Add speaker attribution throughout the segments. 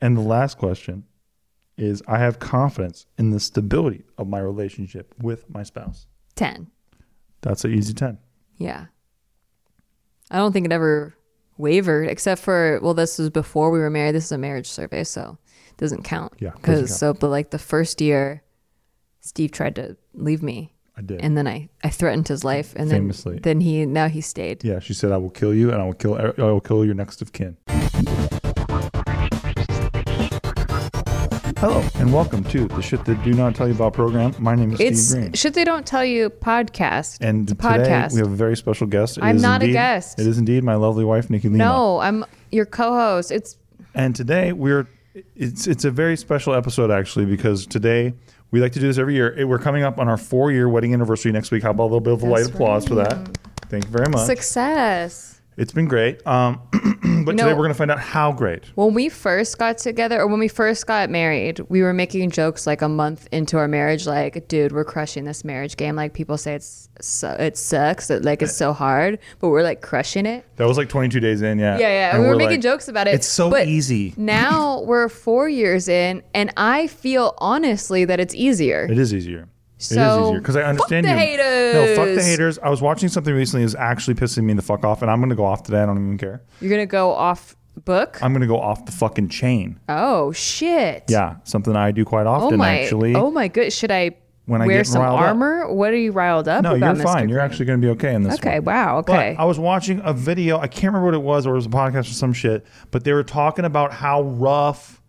Speaker 1: And the last question is I have confidence in the stability of my relationship with my spouse.
Speaker 2: 10.
Speaker 1: That's an easy 10.
Speaker 2: Yeah. I don't think it ever wavered, except for, well, this was before we were married. This is a marriage survey, so it doesn't count.
Speaker 1: Yeah, doesn't
Speaker 2: Because,
Speaker 1: count.
Speaker 2: so, but like the first year, Steve tried to leave me.
Speaker 1: I did.
Speaker 2: And then I, I threatened his life. And then,
Speaker 1: Famously.
Speaker 2: then he, now he stayed.
Speaker 1: yeah, she said I will kill you and I will kill er, I will kill your next of kin. Hello and welcome to the shit that do not tell you about program. My name is
Speaker 3: It's
Speaker 1: Steve Green.
Speaker 3: should they don't tell you podcast.
Speaker 1: and
Speaker 3: it's a
Speaker 1: today
Speaker 3: podcast.
Speaker 1: we have a very special guest. It
Speaker 3: I'm
Speaker 1: is
Speaker 3: not a
Speaker 1: indeed-
Speaker 3: guest.
Speaker 1: It is indeed my lovely wife Nikki Lima.
Speaker 3: no, I'm your co-host. It's
Speaker 1: And today we're it's it's a very special episode actually because today we like to do this every year. It- We're coming up on our four year wedding anniversary next week. How about a little bit of a light
Speaker 3: That's
Speaker 1: applause for that? Thank you very much.
Speaker 3: success.
Speaker 1: It's been great. Um, but
Speaker 3: No.
Speaker 1: today we're gonna find out how great.
Speaker 3: When we first got together, or when we first got married, we were making jokes like a month into our marriage, like, "Dude, we're crushing this marriage game." Like people say, it's su- it sucks, that like it's so hard, but we're like crushing it.
Speaker 1: That was like 22 days in, yeah.
Speaker 3: Yeah, yeah.
Speaker 1: And
Speaker 3: we were
Speaker 1: we're
Speaker 3: making
Speaker 1: like,
Speaker 3: jokes about it.
Speaker 1: It's so
Speaker 3: but
Speaker 1: easy.
Speaker 3: now we're four years in, and I feel honestly that it's easier.
Speaker 1: It is easier. it is
Speaker 3: So,
Speaker 1: easier because I understand
Speaker 3: fuck the
Speaker 1: you. No, fuck the
Speaker 3: haters.
Speaker 1: haters. I was watching something recently. It was actually pissing me the fuck off, and I'm gonna go off today. I don't even care.
Speaker 3: You're gonna go off book.
Speaker 1: I'm gonna go off the fucking chain.
Speaker 3: oh shit.
Speaker 1: Yeah, something I do quite often
Speaker 3: Oh my.
Speaker 1: actually.
Speaker 3: Oh my good. Should I
Speaker 1: When I
Speaker 3: wear
Speaker 1: get
Speaker 3: some
Speaker 1: riled up.
Speaker 3: armor? What are you riled up
Speaker 1: No, you're
Speaker 3: about,
Speaker 1: fine.
Speaker 3: Mr.
Speaker 1: You're actually going to be okay in this.
Speaker 3: Okay,
Speaker 1: one.
Speaker 3: wow,
Speaker 1: But
Speaker 3: okay.
Speaker 1: I was watching a video. I can't remember what it was, or it was a podcast or some shit. But they were talking about how rough,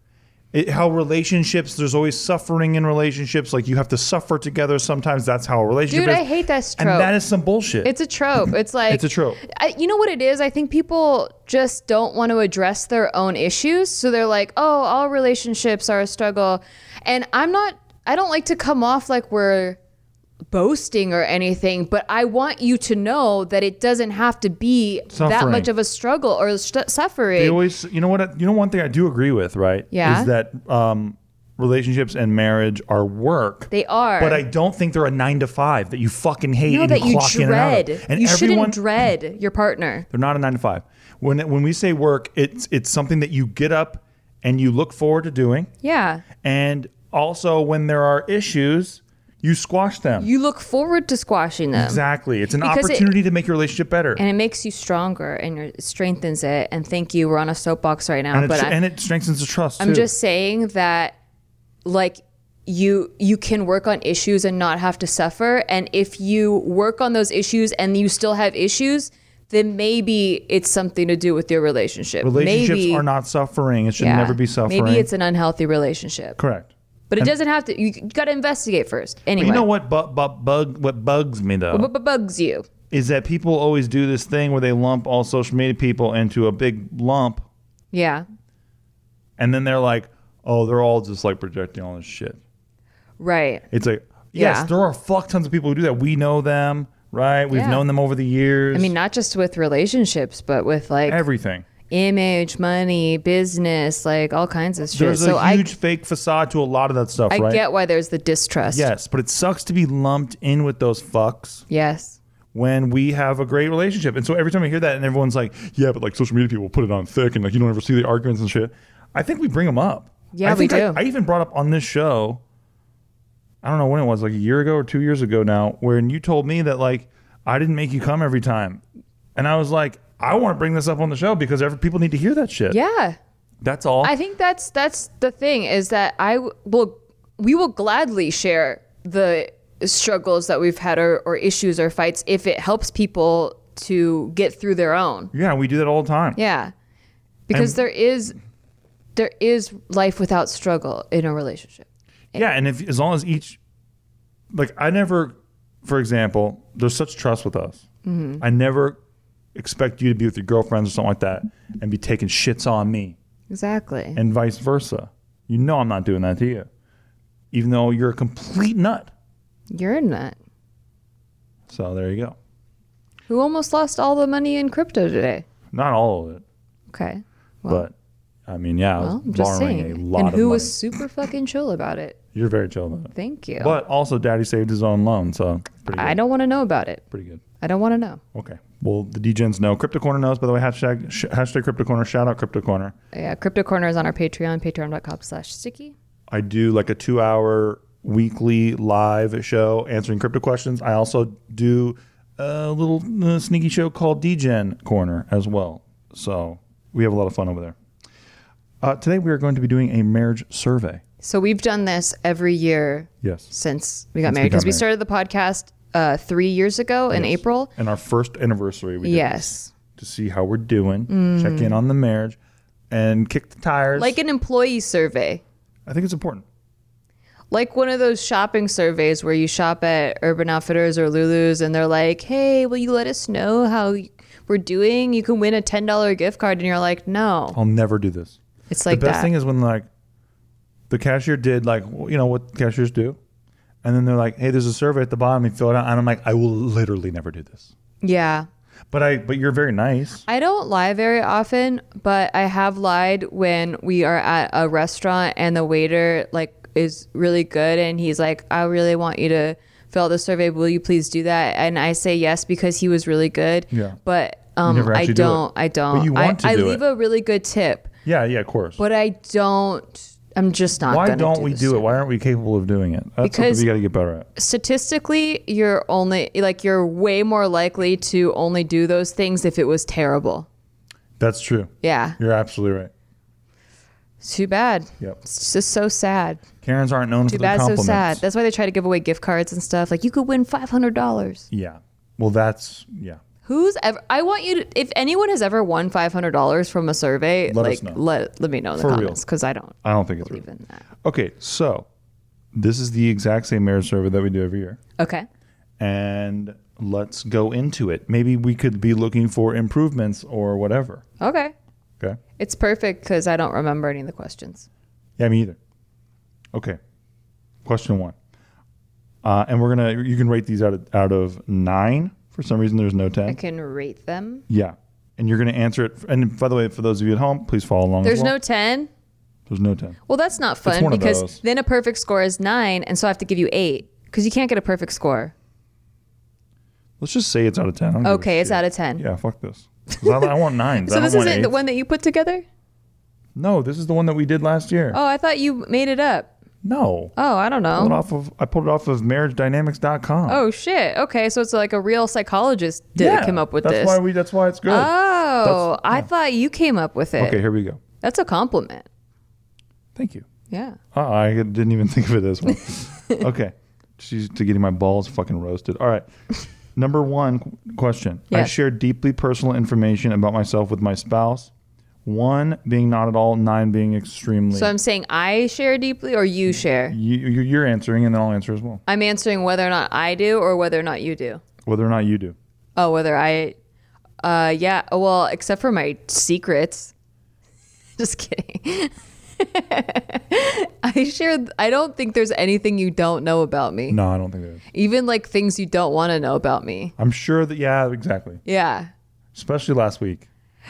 Speaker 1: it, how relationships. There's always suffering in relationships. Like you have to suffer together. Sometimes that's how a relationship.
Speaker 3: Dude,
Speaker 1: is.
Speaker 3: I hate that trope.
Speaker 1: And that is some bullshit.
Speaker 3: It's a trope. It's like
Speaker 1: It's a trope.
Speaker 3: I, you know what it is? I think people just don't want to address their own issues, so they're like, "Oh, all relationships are a struggle," and I'm not. I don't like to come off like we're boasting or anything, but I want you to know that it doesn't have to be that
Speaker 1: Suffering.
Speaker 3: much of a struggle or st- suffering.
Speaker 1: they always. You know what? You know one thing I do agree with, right?
Speaker 3: Yeah.
Speaker 1: Is that um, relationships and marriage are work.
Speaker 3: They are.
Speaker 1: But I don't think they're a nine to five that you fucking hate
Speaker 3: know
Speaker 1: and
Speaker 3: that you
Speaker 1: clock in and out of.
Speaker 3: dread.
Speaker 1: And
Speaker 3: you
Speaker 1: everyone,
Speaker 3: shouldn't dread your partner.
Speaker 1: They're not a nine to five. When when we say work, it's it's something that you get up and you look forward to doing.
Speaker 3: Yeah.
Speaker 1: And also when there are issues, you squash them.
Speaker 3: You look forward to squashing them.
Speaker 1: exactly. It's an
Speaker 3: Because it-
Speaker 1: opportunity to make your relationship better.
Speaker 3: And it makes you stronger and it strengthens it. And thank you. We're on a soapbox right now.
Speaker 1: And,
Speaker 3: but
Speaker 1: it's,
Speaker 3: I,
Speaker 1: and it strengthens the trust.
Speaker 3: I'm
Speaker 1: too.
Speaker 3: just saying that, like, you you can work on issues and not have to suffer. And if you work on those issues and you still have issues, then maybe it's something to do with your relationship.
Speaker 1: relationships
Speaker 3: maybe,
Speaker 1: are not suffering. It should
Speaker 3: yeah.
Speaker 1: never be suffering.
Speaker 3: Maybe it's an unhealthy relationship.
Speaker 1: correct.
Speaker 3: But it doesn't have to. You got to investigate first. Anyway,
Speaker 1: You know what bu- bu- bug what bugs me though
Speaker 3: What bugs you?
Speaker 1: is that people always do this thing where they lump all social media people into a big lump
Speaker 3: Yeah.
Speaker 1: and then they're like, "Oh, they're all just like projecting all this shit."
Speaker 3: Right.
Speaker 1: It's like, yes,
Speaker 3: Yeah.
Speaker 1: there are fuck tons of people who do that. We know them, right? We've
Speaker 3: Yeah.
Speaker 1: known them over the years.
Speaker 3: I mean, not just with relationships, but with like
Speaker 1: everything.
Speaker 3: image, money, business, like all kinds of shit.
Speaker 1: There's
Speaker 3: so
Speaker 1: a
Speaker 3: I,
Speaker 1: huge fake facade to a lot of that stuff,
Speaker 3: I
Speaker 1: right?
Speaker 3: get why there's the distrust.
Speaker 1: yes, but it sucks to be lumped in with those fucks
Speaker 3: Yes.
Speaker 1: when we have a great relationship. And so every time I hear that, and everyone's like, "Yeah, but like social media people put it on thick, and like you don't ever see the arguments and shit." I think we bring them up.
Speaker 3: Yeah,
Speaker 1: I
Speaker 3: we
Speaker 1: think I-
Speaker 3: do.
Speaker 1: I even brought up on this show. I don't know when it was, like a year ago or two years ago now, when you told me that like I didn't make you come every time, and I was like, I want to bring this up on the show because every, people need to hear that shit.
Speaker 3: Yeah.
Speaker 1: that's all.
Speaker 3: I think that's that's the thing is that I w- will we will gladly share the struggles that we've had or, or issues or fights if it helps people to get through their own.
Speaker 1: yeah, we do that all the time.
Speaker 3: Yeah. Because
Speaker 1: And-
Speaker 3: there is there is life without struggle in a relationship.
Speaker 1: Yeah, and if as long as each, like I never, for example, there's such trust with us.
Speaker 3: Mm-hmm.
Speaker 1: I never expect you to be with your girlfriends or something like that and be taking shits on me
Speaker 3: Exactly.
Speaker 1: and vice versa. You know I'm not doing that to you, even though you're a complete nut.
Speaker 3: You're a nut.
Speaker 1: So there you go.
Speaker 3: Who almost lost all the money in crypto today?
Speaker 1: Not all of it,
Speaker 3: Okay. Well,
Speaker 1: but I mean, yeah, I
Speaker 3: well,
Speaker 1: was
Speaker 3: I'm just
Speaker 1: borrowing
Speaker 3: saying.
Speaker 1: a lot
Speaker 3: and
Speaker 1: of
Speaker 3: who
Speaker 1: money.
Speaker 3: was super fucking chill about it?
Speaker 1: You're very chill about it.
Speaker 3: Thank you.
Speaker 1: But also, Daddy saved his own loan, so pretty good.
Speaker 3: I don't want to know about it.
Speaker 1: pretty good.
Speaker 3: I don't want to know.
Speaker 1: Okay. Well, the DGens know. Crypto Corner knows. By the way, hashtag sh- hashtag Crypto Corner. Shout out Crypto Corner.
Speaker 3: Yeah, Crypto Corner is on our Patreon, patreon.com slash sticky.
Speaker 1: I do like a two hour weekly live show answering crypto questions. I also do a little uh, sneaky show called DGen Corner as well. So we have a lot of fun over there. Uh, today we are going to be doing a marriage survey.
Speaker 3: So we've done this every year
Speaker 1: Yes.
Speaker 3: since we got
Speaker 1: Since we
Speaker 3: married
Speaker 1: got
Speaker 3: because we,
Speaker 1: married.
Speaker 3: started the podcast uh, three years ago in
Speaker 1: Yes.
Speaker 3: April.
Speaker 1: And our first anniversary, we did
Speaker 3: Yes.
Speaker 1: to see how we're doing, check in on the marriage, and kick the tires.
Speaker 3: Like an employee survey,
Speaker 1: I think it's important.
Speaker 3: like one of those shopping surveys where you shop at Urban Outfitters or Lulu's and they're like, hey, will you let us know how we're doing? You can win a $10 gift card. And you're like, no.
Speaker 1: I'll never do this.
Speaker 3: It's like
Speaker 1: the best
Speaker 3: that.
Speaker 1: thing is when like the cashier did like w- you know what cashiers do, and then they're like, "Hey, there's a survey at the bottom. You fill it out." And I'm like, "I will literally never do this."
Speaker 3: yeah.
Speaker 1: But I but you're very nice.
Speaker 3: I don't lie very often, but I have lied when we are at a restaurant and the waiter like is really good and he's like, "I really want you to fill out the survey. Will you please do that?" And I say yes because he was really good.
Speaker 1: Yeah.
Speaker 3: But um,
Speaker 1: never
Speaker 3: I
Speaker 1: actually do it.
Speaker 3: don't. I don't.
Speaker 1: But you want to
Speaker 3: I,
Speaker 1: do
Speaker 3: I leave
Speaker 1: it.
Speaker 3: a really good tip,
Speaker 1: Yeah, yeah, of course.
Speaker 3: but I don't. I'm just not.
Speaker 1: Why
Speaker 3: gonna
Speaker 1: don't we
Speaker 3: this
Speaker 1: do
Speaker 3: shit.
Speaker 1: it? Why aren't we capable of doing it? That's
Speaker 3: Because-
Speaker 1: something we got to get better at.
Speaker 3: Statistically, you're only like you're way more likely to only do those things if it was terrible.
Speaker 1: That's true.
Speaker 3: Yeah.
Speaker 1: You're absolutely right.
Speaker 3: It's too bad.
Speaker 1: Yep.
Speaker 3: It's just so sad.
Speaker 1: Karens aren't known
Speaker 3: Too
Speaker 1: for their
Speaker 3: bad, so
Speaker 1: compliments.
Speaker 3: sad. That's why they try to give away gift cards and stuff. Like you could win five hundred dollars.
Speaker 1: Yeah. Well, that's yeah.
Speaker 3: Who's ever? I want you to. If anyone has ever won five hundred dollars from a survey,
Speaker 1: Let
Speaker 3: like
Speaker 1: us know.
Speaker 3: let let me know in the
Speaker 1: For real.
Speaker 3: comments because I don't
Speaker 1: I don't think it's
Speaker 3: believe
Speaker 1: real.
Speaker 3: in that.
Speaker 1: Okay, so this is the exact same marriage survey that we do every year.
Speaker 3: Okay.
Speaker 1: and let's go into it. Maybe we could be looking for improvements or whatever.
Speaker 3: Okay.
Speaker 1: Okay.
Speaker 3: It's perfect because I don't remember any of the questions.
Speaker 1: Yeah, me either. Okay. Question one. Uh, and we're gonna you can rate these out of out of nine. For some reason, there's no ten.
Speaker 3: I can rate them.
Speaker 1: Yeah. And you're gonna answer it. And by the way, for those of you at home, please follow along. as
Speaker 3: There's
Speaker 1: well.
Speaker 3: no ten.
Speaker 1: There's no ten.
Speaker 3: Well, that's not fun
Speaker 1: one of
Speaker 3: because
Speaker 1: those.
Speaker 3: then a perfect score is nine, and so I have to give you eight because you can't get a perfect score.
Speaker 1: Let's just say it's out of ten. I don't give a
Speaker 3: Okay, it's
Speaker 1: Oh, shit.
Speaker 3: out of ten.
Speaker 1: Yeah, fuck this. 'Cause I, I want nines. I
Speaker 3: So
Speaker 1: don't
Speaker 3: this
Speaker 1: want
Speaker 3: isn't the
Speaker 1: eights.
Speaker 3: one that you put together.
Speaker 1: No, this is the one that we did last year.
Speaker 3: Oh, I thought you made it up.
Speaker 1: no,
Speaker 3: Oh, I don't know.
Speaker 1: I pulled it off of I pulled it off of marriagedynamics.com.
Speaker 3: Oh shit. Okay, so it's like a real psychologist did
Speaker 1: Yeah,
Speaker 3: came up with
Speaker 1: that's
Speaker 3: this.
Speaker 1: Why we, that's why it's good.
Speaker 3: oh,
Speaker 1: That's-
Speaker 3: I thought you came up with it.
Speaker 1: okay, here we go.
Speaker 3: That's a compliment.
Speaker 1: Thank you.
Speaker 3: Yeah.
Speaker 1: Uh, I didn't even think of it as one. okay. She's to getting my balls fucking roasted. All right. Number one qu- question. I
Speaker 3: Yes.
Speaker 1: share deeply personal information about myself with my spouse. One being not at all, nine being extremely.
Speaker 3: So I'm saying I share deeply or you share.
Speaker 1: you, you- you're answering, and then I'll answer as well.
Speaker 3: I'm answering whether or not I do or whether or not you do.
Speaker 1: Whether or not you do.
Speaker 3: Oh, whether I uh yeah, oh, well, except for my secrets. Just kidding. I share I don't think there's anything you don't know about me.
Speaker 1: No, I don't think that is.
Speaker 3: Even like things you don't want to know about me.
Speaker 1: I'm sure that, yeah, exactly.
Speaker 3: Yeah.
Speaker 1: Especially last week.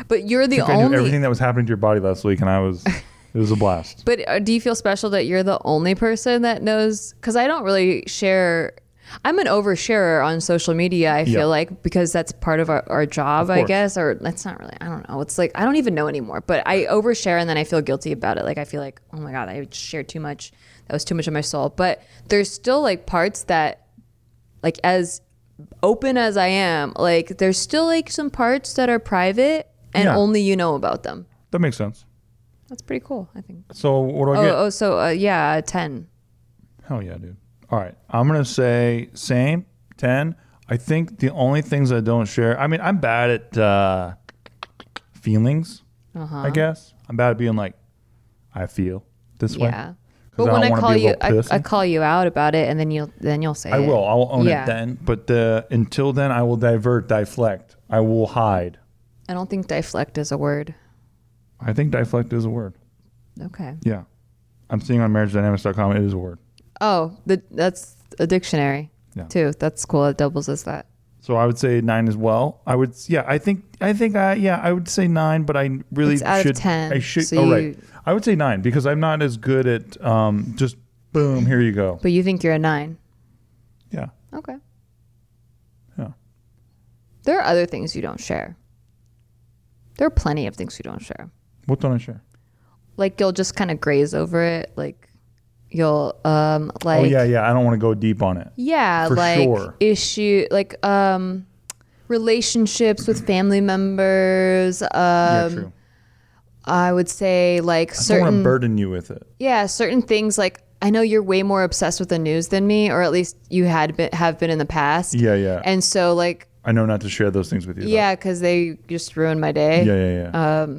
Speaker 3: But you're the
Speaker 1: I, think I knew
Speaker 3: only
Speaker 1: everything that was happening to your body last week, and I was, it was a blast.
Speaker 3: But uh, do you feel special that you're the only person that knows? Because I don't really share. I'm an oversharer on social media. I feel
Speaker 1: Yeah.
Speaker 3: like because that's part of our, our job, I
Speaker 1: course.
Speaker 3: guess, or that's not really. I don't know. It's like I don't even know anymore. But I overshare and then I feel guilty about it. Like I feel like, oh my god, I shared too much. That was too much of my soul. But there's still like parts that, like as open as I am, like there's still like some parts that are private and
Speaker 1: Yeah.
Speaker 3: only you know about them.
Speaker 1: That makes sense.
Speaker 3: That's pretty cool. I think.
Speaker 1: So what do I
Speaker 3: Oh,
Speaker 1: get?
Speaker 3: oh, so uh, yeah, ten.
Speaker 1: Hell yeah, dude. All right. I'm going to say same, 10. I think the only things I don't share, I mean, I'm bad at uh, feelings,
Speaker 3: Uh-huh.
Speaker 1: I guess. I'm bad at being like, I feel this way.
Speaker 3: Yeah.
Speaker 1: 'Cause
Speaker 3: But
Speaker 1: I
Speaker 3: when
Speaker 1: don't
Speaker 3: I
Speaker 1: wanna
Speaker 3: call
Speaker 1: be a
Speaker 3: you, I,
Speaker 1: little
Speaker 3: I
Speaker 1: pissy.
Speaker 3: call you out about it, and then you'll then you'll say
Speaker 1: I
Speaker 3: it.
Speaker 1: will. I will own
Speaker 3: Yeah.
Speaker 1: it then. But the, until then, I will divert, deflect. I will hide.
Speaker 3: I don't think deflect is a word.
Speaker 1: I think deflect is a word.
Speaker 3: Okay.
Speaker 1: Yeah. I'm seeing on marriagedynamics.com, it is a word.
Speaker 3: Oh, the, that's a dictionary
Speaker 1: Yeah.
Speaker 3: too. That's cool. It doubles as that.
Speaker 1: So I would say nine as well. I would, yeah. I think, I think, I yeah, I would say nine, but I really
Speaker 3: It's out of
Speaker 1: should.
Speaker 3: 10,
Speaker 1: I should.
Speaker 3: so
Speaker 1: oh,
Speaker 3: you-
Speaker 1: right. I would say nine because I'm not as good at um, just boom. Here you go.
Speaker 3: But you think you're a nine?
Speaker 1: Yeah.
Speaker 3: Okay.
Speaker 1: Yeah.
Speaker 3: There are other things you don't share. There are plenty of things you don't share.
Speaker 1: What don't I share?
Speaker 3: Like you'll just kind of graze over it. Like you'll um like
Speaker 1: oh yeah, yeah. I don't want to go deep on it.
Speaker 3: Yeah,
Speaker 1: For
Speaker 3: like
Speaker 1: sure.
Speaker 3: issue like um relationships with family members. Um
Speaker 1: yeah, true.
Speaker 3: I would say
Speaker 1: I
Speaker 3: like
Speaker 1: don't want to
Speaker 3: certain
Speaker 1: burden you with it.
Speaker 3: yeah, certain things like I know you're way more obsessed with the news than me or at least you had been, have been in the past.
Speaker 1: Yeah, yeah.
Speaker 3: And so like
Speaker 1: I know not to share those things with you. though.
Speaker 3: yeah, Uh, cuz they just ruined my day.
Speaker 1: Yeah, yeah, yeah.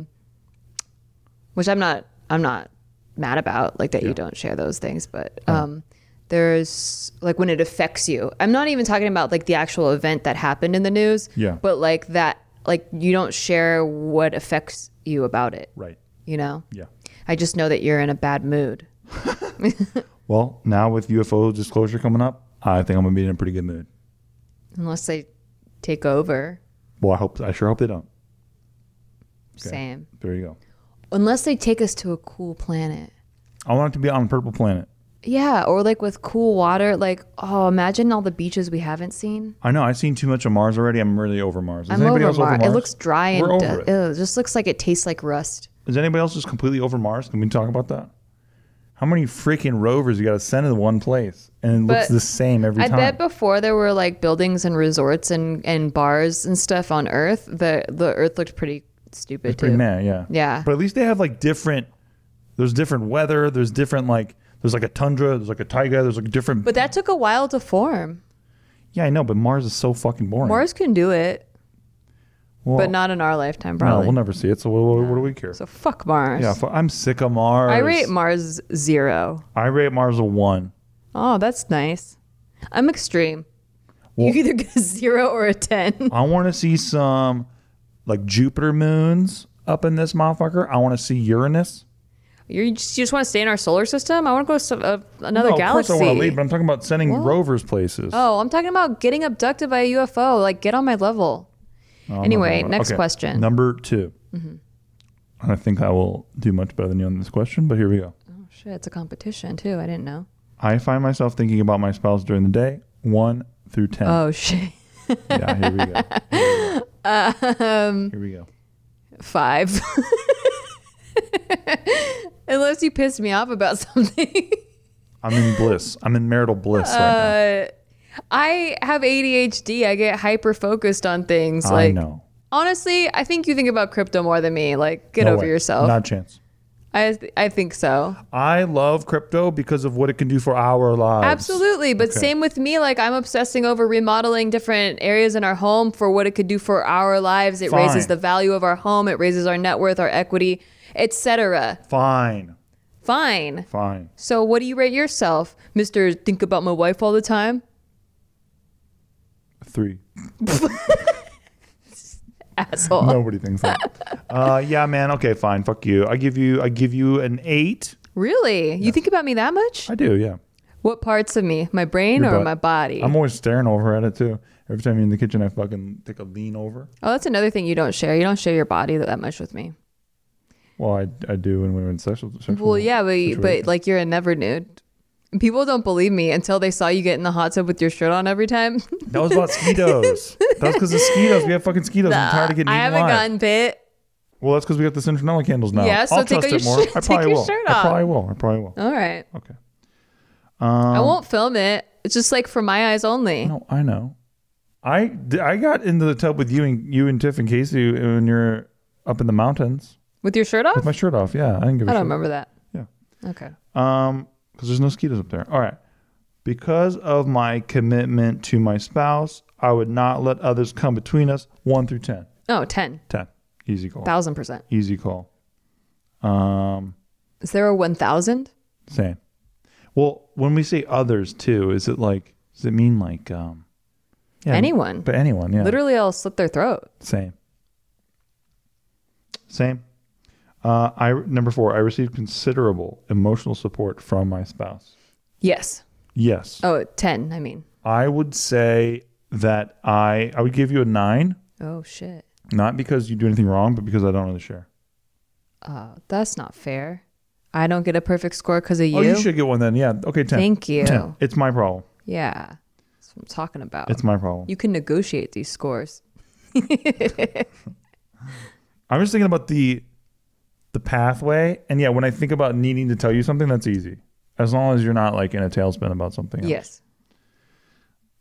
Speaker 3: which I'm not I'm not mad about like that you don't share those things but um there's like when it affects you I'm not even talking about like the actual event that happened in the news
Speaker 1: Yeah.
Speaker 3: but like that like you don't share what affects you about it
Speaker 1: right.
Speaker 3: you know
Speaker 1: Yeah.
Speaker 3: I just know that you're in a bad mood
Speaker 1: Well, now with UFO disclosure coming up, I think I'm gonna be in a pretty good mood.
Speaker 3: unless they take over
Speaker 1: Well, I hope I sure hope they don't.
Speaker 3: same
Speaker 1: There you go.
Speaker 3: unless they take us to a cool planet
Speaker 1: I want it to be on Purple Planet.
Speaker 3: yeah or like with cool water like oh imagine all the beaches we haven't seen
Speaker 1: I know I've seen too much of Mars already. I'm really over Mars. Is
Speaker 3: I'm
Speaker 1: anybody
Speaker 3: over,
Speaker 1: else
Speaker 3: Mar-
Speaker 1: over Mars?
Speaker 3: It looks dry and
Speaker 1: We're
Speaker 3: d-
Speaker 1: over it.
Speaker 3: ew, it just looks like it tastes like rust.
Speaker 1: Is anybody else just completely over Mars? Can we talk about that? How many freaking rovers you got to send to one place and it looks
Speaker 3: But
Speaker 1: the same every
Speaker 3: I
Speaker 1: time?
Speaker 3: bet before there were like buildings and resorts and, and bars and stuff on Earth, the the Earth looked pretty stupid
Speaker 1: It's pretty
Speaker 3: too.
Speaker 1: meh, yeah.
Speaker 3: Yeah.
Speaker 1: But at least they have like different. There's different weather. There's different like. There's like a tundra. There's like a taiga. There's like different.
Speaker 4: But
Speaker 3: That took a while to form.
Speaker 1: yeah, I know, but Mars is so fucking boring.
Speaker 4: Mars can do it,
Speaker 1: Well,
Speaker 4: but not in our lifetime,
Speaker 1: No,
Speaker 4: probably.
Speaker 1: we'll never see it. So what, what, what do we care?
Speaker 4: So fuck Mars.
Speaker 1: yeah, fu- I'm sick of Mars.
Speaker 4: I rate Mars zero.
Speaker 1: I rate Mars a one.
Speaker 4: Oh, that's nice.
Speaker 3: I'm extreme.
Speaker 4: you either get a zero or a ten.
Speaker 1: I want to see some like Jupiter moons up in this motherfucker. I want to see Uranus.
Speaker 4: You're, you just, you just want to stay in our solar system? I want to go to uh, another
Speaker 1: no,
Speaker 4: galaxy.
Speaker 1: Oh, Of course I want to leave, but I'm talking about sending rovers places.
Speaker 4: Oh,
Speaker 3: Oh, I'm talking about getting abducted by a UFO. Like, get on my level.
Speaker 1: I don't
Speaker 3: anyway,
Speaker 1: know.
Speaker 3: next question. Mm-hmm.
Speaker 1: Number 2 I think I will do much better than you on this question, but here we go.
Speaker 3: Oh, shit, it's a competition too. I didn't know.
Speaker 1: I find myself thinking about my spouse during the day, one through ten.
Speaker 4: Oh, shit.
Speaker 1: yeah, here we go. Here we go.
Speaker 3: Um,
Speaker 1: here we go.
Speaker 4: Five.
Speaker 3: Unless you pissed me off about something.
Speaker 1: I'm in bliss. I'm in marital bliss right
Speaker 3: uh, I have ADHD. I get hyper focused on things.
Speaker 1: now.
Speaker 3: like,
Speaker 1: I know.
Speaker 3: honestly, I think you think about crypto more than me. Like, get
Speaker 1: No
Speaker 3: over
Speaker 1: way.
Speaker 3: yourself.
Speaker 1: Not a chance.
Speaker 3: I I think so.
Speaker 1: I love crypto because of what it can do for our lives.
Speaker 3: Absolutely. But
Speaker 1: Okay.
Speaker 3: same with me. Like, I'm obsessing over remodeling different areas in our home for what it could do for our lives. It raises
Speaker 1: Fine.
Speaker 3: the value of our home. It raises our net worth, our equity, etc.
Speaker 1: Fine.
Speaker 3: Fine.
Speaker 1: Fine.
Speaker 3: So, what do you rate yourself, Mister? Think about my wife all the time.
Speaker 1: Three.
Speaker 3: Asshole.
Speaker 1: Nobody thinks that. uh, yeah, man. Okay, fine. Fuck you. I give you. I give you an eight.
Speaker 3: Really? You think about me that much?
Speaker 1: I do. Yeah.
Speaker 3: What parts of me? My brain
Speaker 1: Your
Speaker 3: or
Speaker 1: butt.
Speaker 3: my body?
Speaker 1: I'm always staring over at it too. Every time you're in the kitchen, I fucking take a lean over.
Speaker 3: oh, that's another thing you don't share. You don't share your body that much with me.
Speaker 1: Well, I, I do when we were in sexual. sexual
Speaker 3: Well, yeah, but but
Speaker 1: situation.
Speaker 3: like you're a never nude. People don't believe me until they saw you get in the hot tub with your shirt on every time.
Speaker 1: that was about mosquitoes. that was because of mosquitoes. We have fucking mosquitoes. I'm tired of getting
Speaker 3: I
Speaker 1: eaten
Speaker 3: haven't
Speaker 1: alive.
Speaker 3: gotten bit.
Speaker 1: well, that's because we got the Centronella candles now.
Speaker 3: Yeah, so
Speaker 1: I'll
Speaker 3: take
Speaker 1: trust
Speaker 3: your
Speaker 1: it more.
Speaker 3: shirt-
Speaker 1: I
Speaker 3: take
Speaker 1: probably
Speaker 3: your
Speaker 1: will.
Speaker 3: shirt
Speaker 1: I
Speaker 3: off.
Speaker 1: probably will. I probably will.
Speaker 3: All right,
Speaker 1: Okay.
Speaker 3: I won't film it. It's just like for my eyes only.
Speaker 1: Um, No, I know. I d- I got into the tub with you and you and Tiff and Casey when you're up in the mountains
Speaker 3: With your shirt off?
Speaker 1: with my shirt off. Yeah, I didn't give a
Speaker 3: I don't
Speaker 1: shit.
Speaker 3: remember that.
Speaker 1: Yeah.
Speaker 3: Okay.
Speaker 1: Um, because there's no mosquitoes up there. All right. Because of my commitment to my spouse, I would not let others come between us. One through ten.
Speaker 3: Oh, 10.
Speaker 1: Ten. Easy call.
Speaker 3: 1000%.
Speaker 1: Easy call. Um,
Speaker 3: Is there a 1000?
Speaker 1: same. Well, when we say others too, is it like does it mean like um yeah,
Speaker 3: Anyone.
Speaker 1: But anyone, yeah.
Speaker 3: Literally, I'll slit their throat.
Speaker 1: Same. Same. Uh, I number four. I received considerable emotional support from my spouse.
Speaker 3: Yes.
Speaker 1: Yes,
Speaker 3: Oh, 10, I mean.
Speaker 1: I would say that I I would give you a nine,
Speaker 3: Oh, shit.
Speaker 1: not because you do anything wrong, but because I don't really share.
Speaker 3: Oh, that's not fair. I don't get a perfect score because of you.
Speaker 1: Oh, you should get one then. Yeah. Okay, ten.
Speaker 3: Thank you.
Speaker 1: 10. It's my problem.
Speaker 3: Yeah. That's what I'm talking about.
Speaker 1: It's my problem.
Speaker 3: you can negotiate these scores.
Speaker 1: I'm just thinking about the the pathway, and yeah, when I think about needing to tell you something, that's easy, as long as you're not like in a tailspin about something. else.
Speaker 3: yes.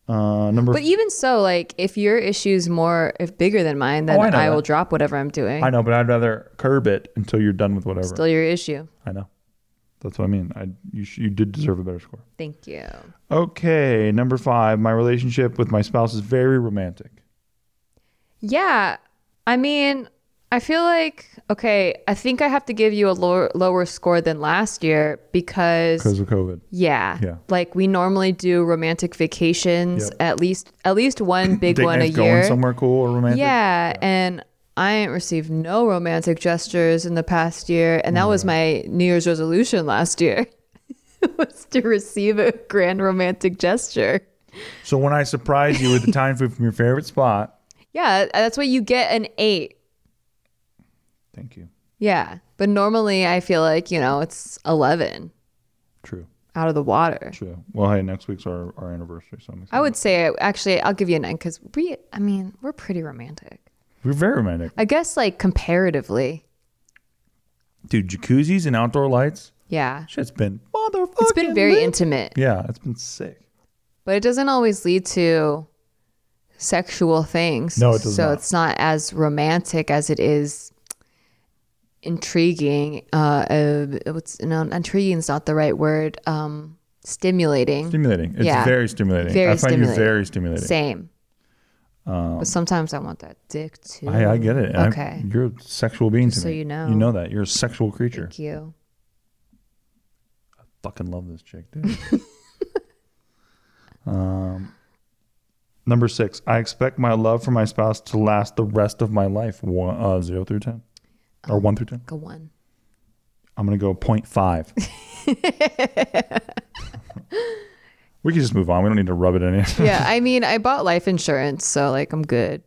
Speaker 1: Uh, number.
Speaker 3: But even so, like if your issue's more if bigger than mine, then
Speaker 1: Oh, I know
Speaker 3: I, will
Speaker 1: that.
Speaker 3: drop whatever I'm doing.
Speaker 1: I know, but I'd rather curb it until you're done with whatever.
Speaker 3: Still your issue.
Speaker 1: I know. That's what I mean. I you sh- you did deserve a better score.
Speaker 3: Thank you.
Speaker 1: Okay, number five. My relationship with my spouse is very romantic.
Speaker 5: Yeah.
Speaker 3: I mean, I feel like okay. I think I have to give you a lower lower score than last year because
Speaker 1: because of COVID.
Speaker 3: Yeah.
Speaker 1: Yeah.
Speaker 3: Like we normally do romantic vacations,
Speaker 1: Yep.
Speaker 3: at least at least one big
Speaker 1: Date
Speaker 3: one a
Speaker 1: nights going
Speaker 3: year.
Speaker 1: somewhere cool or romantic.
Speaker 3: yeah, and I ain't received no romantic gestures in the past year, and that was my New Year's resolution last year. was to receive a grand romantic gesture.
Speaker 1: So when I surprise you with the Italian food from your favorite spot,
Speaker 3: Yeah, that's why you get an 8.
Speaker 1: thank you.
Speaker 3: Yeah, but normally I feel like, you know, it's 11
Speaker 1: True.
Speaker 3: out of the water.
Speaker 1: True. Well, hey, next week's our, our anniversary, so I'm excited.
Speaker 3: I would say actually I'll give you a 9 cuz we I mean, we're pretty romantic.
Speaker 1: We're very romantic,
Speaker 3: I guess like comparatively.
Speaker 1: dude. Jacuzzis and outdoor lights.
Speaker 3: Yeah.
Speaker 1: Shit's been motherfucking.
Speaker 3: It's been very
Speaker 1: lit.
Speaker 3: intimate,
Speaker 1: Yeah, it's been sick.
Speaker 3: but it doesn't always lead to sexual things.
Speaker 1: No, it does
Speaker 3: So
Speaker 1: not.
Speaker 3: it's not as romantic as it is intriguing. Uh, uh what's no, intriguing is not the right word. Um, stimulating.
Speaker 1: Stimulating. It's
Speaker 3: Yeah.
Speaker 1: very stimulating. I
Speaker 3: Very
Speaker 1: find
Speaker 3: stimulating.
Speaker 1: you very stimulating.
Speaker 3: Same. but sometimes I want that dick too.
Speaker 1: Um, I, I get it. I-
Speaker 3: Okay.
Speaker 1: you're a sexual being
Speaker 3: Just
Speaker 1: to
Speaker 3: so
Speaker 1: me.
Speaker 3: you know.
Speaker 1: You know that. You're a sexual creature.
Speaker 3: Thank you.
Speaker 1: Fucking love this chick, dude. um, number six. I expect my love for my spouse to last the rest of my life. One, uh, zero through ten,
Speaker 3: Oh.
Speaker 1: or one through ten.
Speaker 3: Like a one.
Speaker 1: I'm gonna go 0.5. we can just move on. We don't need to rub it in. what
Speaker 3: yeah. I mean, I bought life insurance, so like I'm good.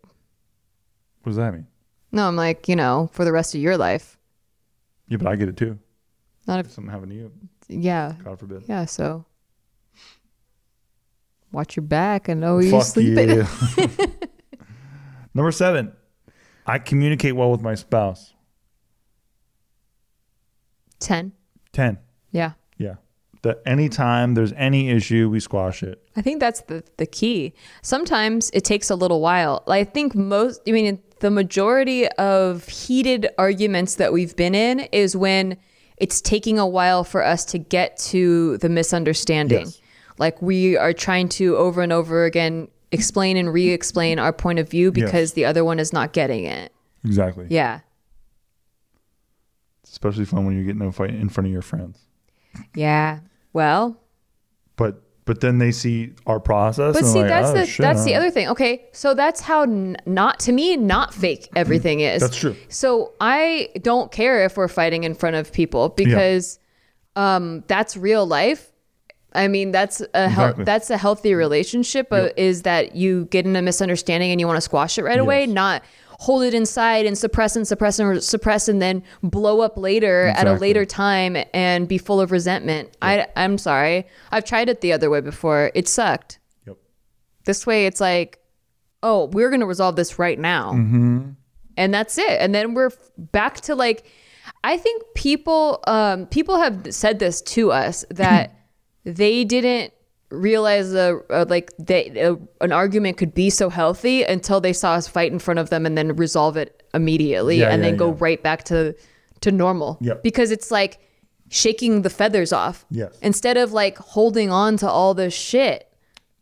Speaker 1: does that mean?
Speaker 3: No, I'm like, you know, for the rest of your life.
Speaker 1: Yeah, but I get it too.
Speaker 3: Not
Speaker 1: If
Speaker 3: if,
Speaker 1: something happened to you,
Speaker 3: yeah.
Speaker 1: God forbid.
Speaker 3: Yeah, so watch your back and know where you
Speaker 1: Fuck
Speaker 3: sleep in.
Speaker 1: you. Number seven, I communicate well with my spouse.
Speaker 3: 10.
Speaker 1: Ten.
Speaker 3: Yeah.
Speaker 1: Yeah. That anytime there's any issue, we squash it.
Speaker 3: I think that's the, the key. Sometimes it takes a little while. I think most, I mean, the majority of heated arguments that we've been in is when it's taking a while for us to get to the misunderstanding.
Speaker 1: Yes.
Speaker 3: Like we are trying to over and over again explain and re explain our point of view because the other one is not getting it.
Speaker 1: Exactly.
Speaker 3: Yeah.
Speaker 1: It's especially fun when you're getting in a fight in front of your friends.
Speaker 3: Yeah. Well,
Speaker 1: But but then they see our process.
Speaker 3: But
Speaker 1: and
Speaker 3: see,
Speaker 1: like,
Speaker 3: that's
Speaker 1: oh,
Speaker 3: the
Speaker 1: shit,
Speaker 3: that's the
Speaker 1: huh?
Speaker 3: other thing. Okay, so that's how n- not to me not fake everything is.
Speaker 1: That's true.
Speaker 3: So I don't care if we're fighting in front of people because um, that's real life. I mean, that's a hel-
Speaker 1: Exactly.
Speaker 3: that's a healthy relationship. Uh, Is that you get in a misunderstanding and you want to squash it right away,
Speaker 1: Yes.
Speaker 3: not hold it inside and suppress and suppress and suppress and then blow up later at a
Speaker 1: Exactly.
Speaker 3: later time and be full of resentment. I I'm sorry. I've tried it the other way before. It sucked.
Speaker 1: Yep.
Speaker 3: This way, it's like, oh, we're going to resolve this right now. Mm-hmm. And that's it. And then we're f- back to like, I think people, um, people have said this to us that they didn't realize a, a like they a, an argument could be so healthy until they saw us fight in front of them and then resolve it immediately
Speaker 1: Yeah,
Speaker 3: and
Speaker 1: yeah,
Speaker 3: then go
Speaker 1: yeah.
Speaker 3: right back to to normal
Speaker 1: Yep.
Speaker 3: because it's like shaking the feathers off
Speaker 1: Yes.
Speaker 3: instead of like holding on to all this shit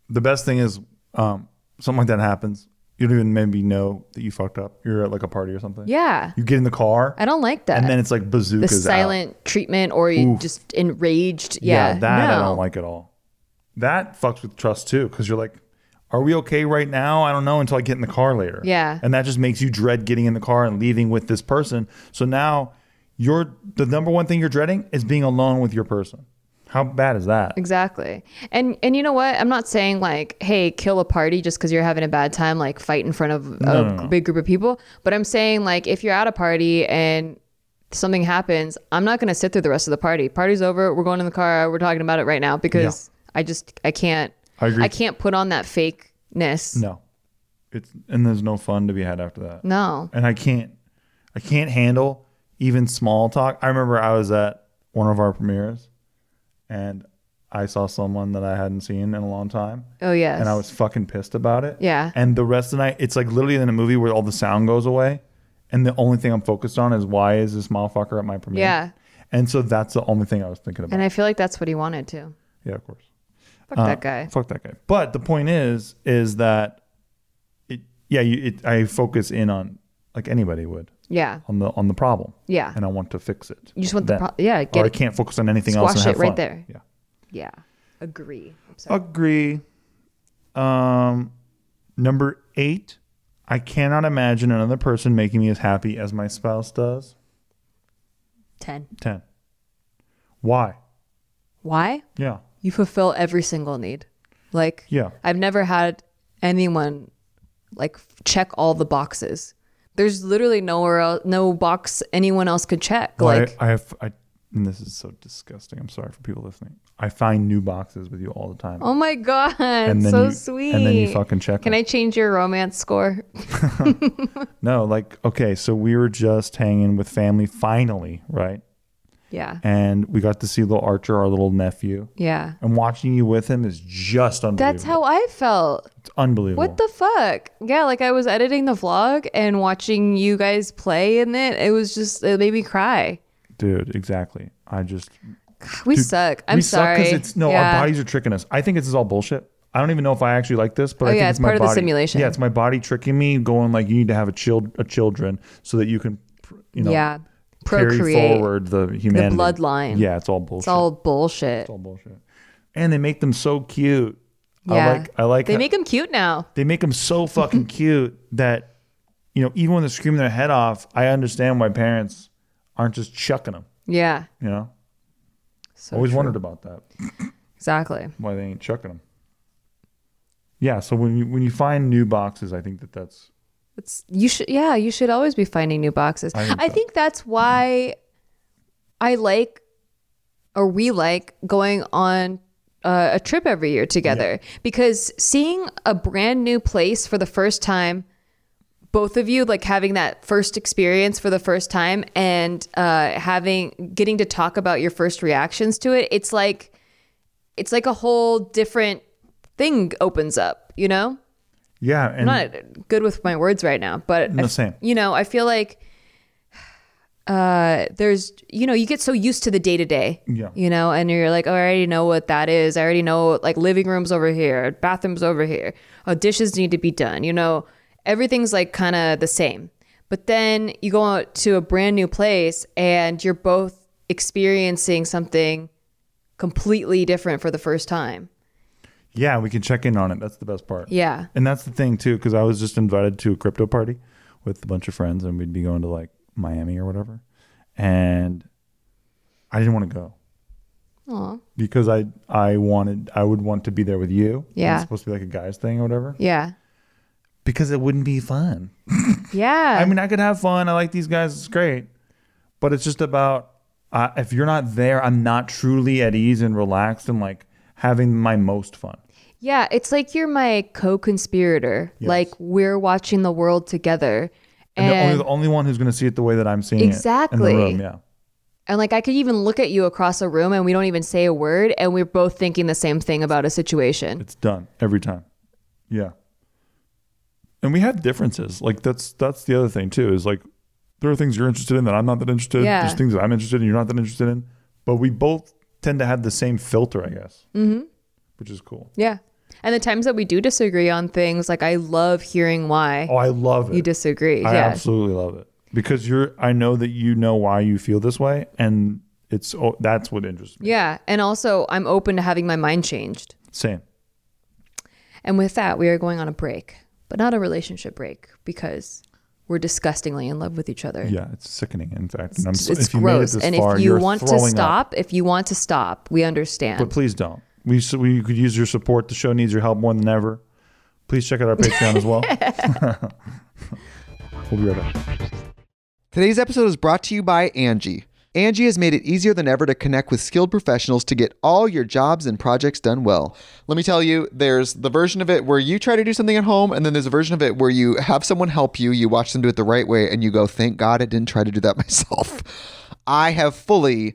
Speaker 1: The best thing is um, something like that happens. You don't even maybe know that you fucked up. You're at like a party or something.
Speaker 3: yeah
Speaker 1: You get in the car,
Speaker 3: I don't like that.
Speaker 1: and then it's like
Speaker 3: the
Speaker 1: bazookas.
Speaker 3: silent treatment or you just enraged.
Speaker 1: Out. Yeah,
Speaker 3: Yeah,
Speaker 1: that I
Speaker 3: no.
Speaker 1: don't like at all. That fucks with trust too, because you're like, are we okay right now? I don't know until I get in the car later.
Speaker 3: Yeah.
Speaker 1: and that just makes you dread getting in the car and leaving with this person. So now, you're the number one thing you're dreading is being alone with your person. How bad is that?
Speaker 3: Exactly. And and you know what? I'm not saying like, hey, kill a party just because you're having a bad time, like fight in front of a big group of people. But I'm saying like, if you're at a party and something happens, I'm not gonna sit through the rest of the party. Party's over. We're going in the car. We're talking about it right now because I just I can't
Speaker 1: I agree.
Speaker 3: I can't put on that fakeness.
Speaker 1: No, It's and there's no fun to be had after that.
Speaker 3: No.
Speaker 1: And I can't I can't handle even small talk. I remember I was at one of our premieres and I saw someone that I hadn't seen in a long time.
Speaker 3: Oh yes.
Speaker 1: And I was fucking pissed about it.
Speaker 3: Yeah.
Speaker 1: And the rest of the night, it's like literally in a movie where all the sound goes away. And the only thing I'm focused on is why is this motherfucker at my premiere?
Speaker 3: Yeah.
Speaker 1: And so that's the only thing I was thinking about.
Speaker 3: and I feel like that's what he wanted to.
Speaker 1: yeah, of course.
Speaker 3: Fuck
Speaker 1: Uh,
Speaker 3: that guy.
Speaker 1: Fuck that guy. But the point is, is that it, yeah, you, it, I focus in on like anybody would
Speaker 3: Yeah.
Speaker 1: on the, on the problem.
Speaker 3: Yeah.
Speaker 1: And I want to fix it.
Speaker 3: You just want the
Speaker 1: then.
Speaker 3: pro- yeah,
Speaker 1: or
Speaker 3: get
Speaker 1: I
Speaker 3: it.
Speaker 1: can't focus on anything else and
Speaker 3: Squash
Speaker 1: have
Speaker 3: it right
Speaker 1: fun.
Speaker 3: there.
Speaker 1: Yeah.
Speaker 3: Yeah. Agree. I'm sorry.
Speaker 1: Agree. Um, number eight, I cannot imagine another person making me as happy as my spouse does.
Speaker 3: 10.
Speaker 1: Ten. Why?
Speaker 3: Why?
Speaker 1: Yeah.
Speaker 3: You fulfill every single need. Like
Speaker 1: Yeah.
Speaker 3: I've never had anyone like check all the boxes. There's literally nowhere else, no box anyone else could check.
Speaker 1: Well,
Speaker 3: like
Speaker 1: I, I have. I, and this is so disgusting. I'm sorry for people listening. I find new boxes with you all the time.
Speaker 3: Oh my god,
Speaker 1: and then
Speaker 3: so
Speaker 1: you,
Speaker 3: sweet.
Speaker 1: And then you fucking check.
Speaker 3: Can
Speaker 1: them.
Speaker 3: I change your romance score?
Speaker 1: No, like okay. So we were just hanging with family finally, right?
Speaker 3: Yeah.
Speaker 1: And we got to see little Archer, our little nephew.
Speaker 3: Yeah.
Speaker 1: And watching you with him is just unbelievable.
Speaker 3: That's how I felt.
Speaker 1: It's unbelievable.
Speaker 3: What the fuck? Yeah, like I was editing the vlog and watching you guys play in it. It was just it made me cry.
Speaker 1: dude? Exactly. I just
Speaker 3: We suck. I'm
Speaker 1: we suck
Speaker 3: sorry.
Speaker 1: because it's no.
Speaker 3: Yeah.
Speaker 1: Our bodies are tricking us. I think this is all bullshit. I don't even know if I actually like this, but I
Speaker 3: Oh, yeah,
Speaker 1: think
Speaker 3: it's
Speaker 1: it's, my
Speaker 3: part of the
Speaker 1: body-
Speaker 3: simulation.
Speaker 1: Yeah, it's my body tricking me, going like, "You need to have a child, a children, so that you can, pr- you know,
Speaker 3: yeah.
Speaker 1: carry
Speaker 3: Procreate.
Speaker 1: forward the humanity,
Speaker 3: bloodline.
Speaker 1: Yeah, it's all bullshit.
Speaker 3: It's all bullshit.
Speaker 1: all bullshit. And they make them so cute.
Speaker 3: Yeah.
Speaker 1: I like. I like.
Speaker 3: They
Speaker 1: how-
Speaker 3: make them cute now.
Speaker 1: they make them so fucking cute that you know even when they're screaming their head off i understand why parents aren't just chucking them
Speaker 3: Yeah.
Speaker 1: you know
Speaker 3: So
Speaker 1: always
Speaker 3: true.
Speaker 1: wondered about that
Speaker 3: Exactly.
Speaker 1: why they ain't chucking them yeah so when you when you find new boxes i think that that's
Speaker 3: It's you should yeah, you should always be finding new boxes. I
Speaker 1: think
Speaker 3: think,
Speaker 1: so.
Speaker 3: that's why I like or we like going on uh, a trip every year together because seeing a brand new place for the first time both of you like having that first experience for the first time and uh, having getting to talk about your first reactions to it it's like it's like a whole different thing opens up you know
Speaker 1: yeah and
Speaker 3: I'm not good with my words right now, but
Speaker 1: No,
Speaker 3: I-
Speaker 1: same.
Speaker 3: You know, I feel like uh, there's, you know, you get so used to the day to day.
Speaker 1: Yeah.
Speaker 3: You know, and you're like, oh, I already know what that is. I already know like living rooms over here, bathrooms over here. Oh, dishes need to be done. You know, everything's like kind of the same. But then you go out to a brand new place and you're both experiencing something completely different for the first time.
Speaker 1: yeah we can check in on it that's the best part
Speaker 3: Yeah.
Speaker 1: and that's the thing too because i was just invited to a crypto party with a bunch of friends and we'd be going to like miami or whatever and i didn't want to go
Speaker 3: Aw.
Speaker 1: because I I wanted I would want to be there with you.
Speaker 3: Yeah.
Speaker 1: it's supposed to be like a guys thing or whatever.
Speaker 3: Yeah.
Speaker 1: Because it wouldn't be fun.
Speaker 3: Yeah.
Speaker 1: I mean, I could have fun. I like these guys. It's great, but it's just about uh, if you're not there, I'm not truly at ease and relaxed and like having my most fun.
Speaker 3: Yeah, it's like you're my co-conspirator. Like we're watching the world together.
Speaker 1: And,
Speaker 3: And,
Speaker 1: the, only, the only one who's going to see it the way that I'm seeing it.
Speaker 3: Exactly.
Speaker 1: In the room, yeah.
Speaker 3: and like I could even look at you across a room and we don't even say a word and we're both thinking the same thing about a situation.
Speaker 1: It's done every time. Yeah. And we have differences. Like that's that's the other thing too, is like there are things you're interested in that I'm not that interested in.
Speaker 3: Yeah.
Speaker 1: There's things that I'm interested in you're not that interested in. But we both tend to have the same filter, I guess. Mm-hmm. Which is cool.
Speaker 3: Yeah. And the times that we do disagree on things, like I love hearing why
Speaker 1: Oh, I love it.
Speaker 3: you disagree.
Speaker 1: I
Speaker 3: yeah.
Speaker 1: absolutely love it. Because you're I know that you know why you feel this way and it's oh, that's what interests me.
Speaker 3: Yeah. And also I'm open to having my mind changed.
Speaker 1: Same.
Speaker 3: And with that, we are going on a break. But not a relationship break because we're disgustingly in love with each other.
Speaker 1: Yeah, it's sickening. In fact, and I'm,
Speaker 3: It's,
Speaker 1: so-
Speaker 3: it's
Speaker 1: if you made it
Speaker 3: gross.
Speaker 1: this
Speaker 3: and
Speaker 1: far,
Speaker 3: if you
Speaker 1: you're
Speaker 3: want to
Speaker 1: throwing up.
Speaker 3: stop, if you want to stop, we understand.
Speaker 1: but please don't. We so we could use your support. The show needs your help more than ever. Please check out our Patreon as well. we'll be right back.
Speaker 6: Today's episode is brought to you by Angie. Angie has made it easier than ever to connect with skilled professionals to get all your jobs and projects done well. Let me tell you, there's the version of it where you try to do something at home, and then there's a version of it where you have someone help you, you watch them do it the right way, and you go, thank God I didn't try to do that myself. I have fully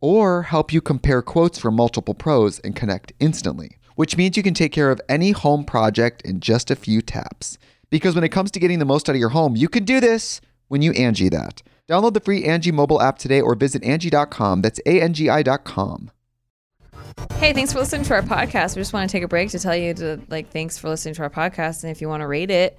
Speaker 6: or help you compare quotes from multiple pros and connect instantly, which means you can take care of any home project in just a few taps. Because when it comes to getting the most out of your home, you can do this when you Angie that. Download the free Angie mobile app today or visit Angie.com. That's A-N-G-I dot com.
Speaker 5: Hey, thanks for listening to our podcast. We just want to take a break to tell you to like thanks for listening to our podcast, and if you want to rate it,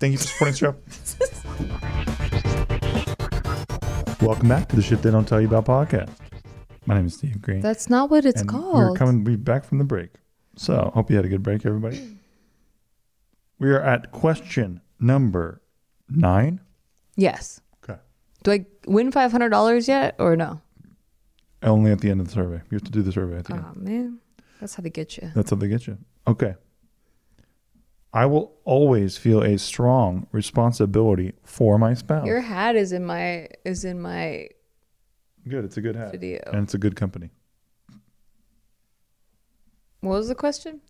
Speaker 1: Thank you for supporting the show. Welcome back to the Shit They Don't Tell You About podcast. My name is Steve Green.
Speaker 3: That's not what it's
Speaker 1: and We're
Speaker 3: called.
Speaker 1: coming we back from the break. So hope you had a good break, everybody. We are at question number nine.
Speaker 3: yes.
Speaker 1: Okay.
Speaker 3: Do I win five hundred dollars yet or no?
Speaker 1: Only at the end of the survey. You have to do the survey at the end.
Speaker 3: Oh man, that's how they get you.
Speaker 1: That's how they get you. Okay. I will always feel a strong responsibility for my spouse.
Speaker 3: Your hat is in my is in my
Speaker 1: good. It's a good hat.
Speaker 3: Video.
Speaker 1: And it's a good company.
Speaker 3: what was the question?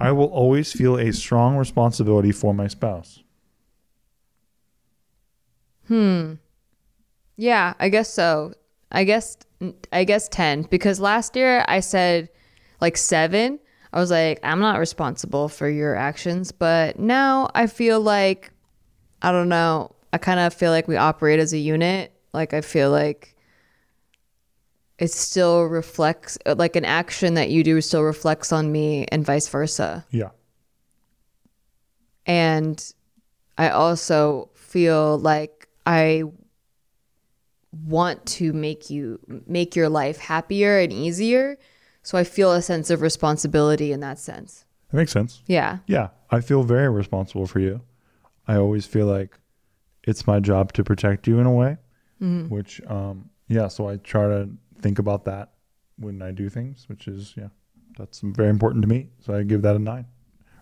Speaker 1: I will always feel a strong responsibility for my spouse.
Speaker 3: Yeah, I guess so. I guess I guess 10 because last year I said like 7. I was like I'm not responsible for your actions, but now I feel like I don't know. I kind of feel like we operate as a unit. Like I feel like it still reflects like an action that you do still reflects on me and vice versa.
Speaker 1: Yeah.
Speaker 3: And I also feel like I want to make you make your life happier and easier. So I feel a sense of responsibility in that sense.
Speaker 1: That makes sense.
Speaker 3: Yeah.
Speaker 1: Yeah, I feel very responsible for you. I always feel like it's my job to protect you in a way,
Speaker 3: Mm-hmm.
Speaker 1: which, um, yeah, so I try to think about that when I do things, which is, yeah, that's very important to me. So I give that a nine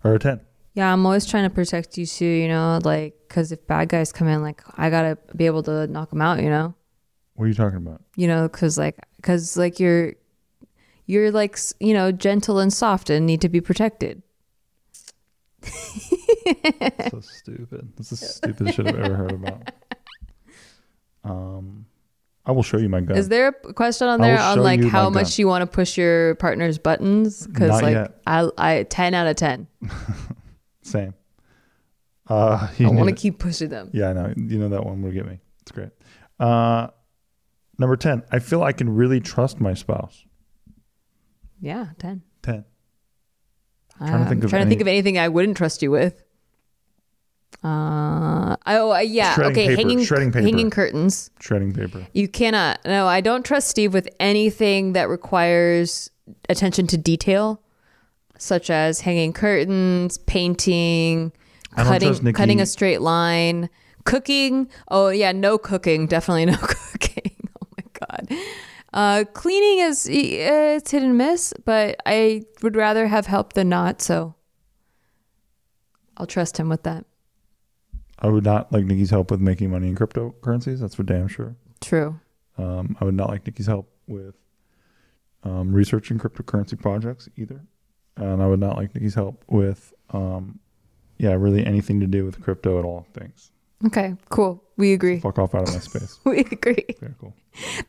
Speaker 1: or a 10.
Speaker 3: Yeah, I'm always trying to protect you too, you know, like cuz if bad guys come in like I got to be able to knock them out, you know.
Speaker 1: What are you talking about?
Speaker 3: You know, cuz like cuz like you're you're like, s- you know, gentle and soft and need to be protected.
Speaker 1: so stupid. That's the stupidest shit I've ever heard about. Um, I will show you my gun.
Speaker 3: Is there a question on
Speaker 1: I will
Speaker 3: there on
Speaker 1: show
Speaker 3: like
Speaker 1: you
Speaker 3: how
Speaker 1: my
Speaker 3: much you want to push your partner's buttons? Because
Speaker 1: Not
Speaker 3: like
Speaker 1: yet.
Speaker 3: I, I ten out of ten.
Speaker 1: Same. Uh, you
Speaker 3: I want to
Speaker 1: need-
Speaker 3: keep pushing them.
Speaker 1: Yeah, I know. You know that one will get me. It's great. Uh, number 10, I feel I can really trust my spouse.
Speaker 3: Yeah, ten.
Speaker 1: 10.
Speaker 3: I'm
Speaker 1: trying to think of
Speaker 3: trying to think
Speaker 1: any-
Speaker 3: of anything I wouldn't trust you with. Uh oh uh, yeah
Speaker 1: Shredding
Speaker 3: okay
Speaker 1: paper,
Speaker 3: hanging
Speaker 1: shredding paper.
Speaker 3: hanging curtains.
Speaker 1: Shredding paper.
Speaker 3: You cannot. No, I don't trust Steve with anything that requires attention to detail, such as hanging curtains, painting,
Speaker 1: I don't trust
Speaker 3: cutting
Speaker 1: Nikki.
Speaker 3: cutting a straight line, cooking. Oh yeah, no cooking. Definitely no cooking. Oh my god. Uh, cleaning is eh, it's hit and miss, but I would rather have help than not. So I'll trust him with that.
Speaker 1: I would not like Nikki's help with making money in cryptocurrencies. That's for damn sure.
Speaker 3: True.
Speaker 1: Um, I would not like Nikki's help with um, researching cryptocurrency projects either, and I would not like Nikki's help with, um, yeah, really anything to do with crypto at all. Thanks.
Speaker 3: Okay. Cool. We agree.
Speaker 1: Fuck off out of my space.
Speaker 3: We agree.
Speaker 1: Very cool.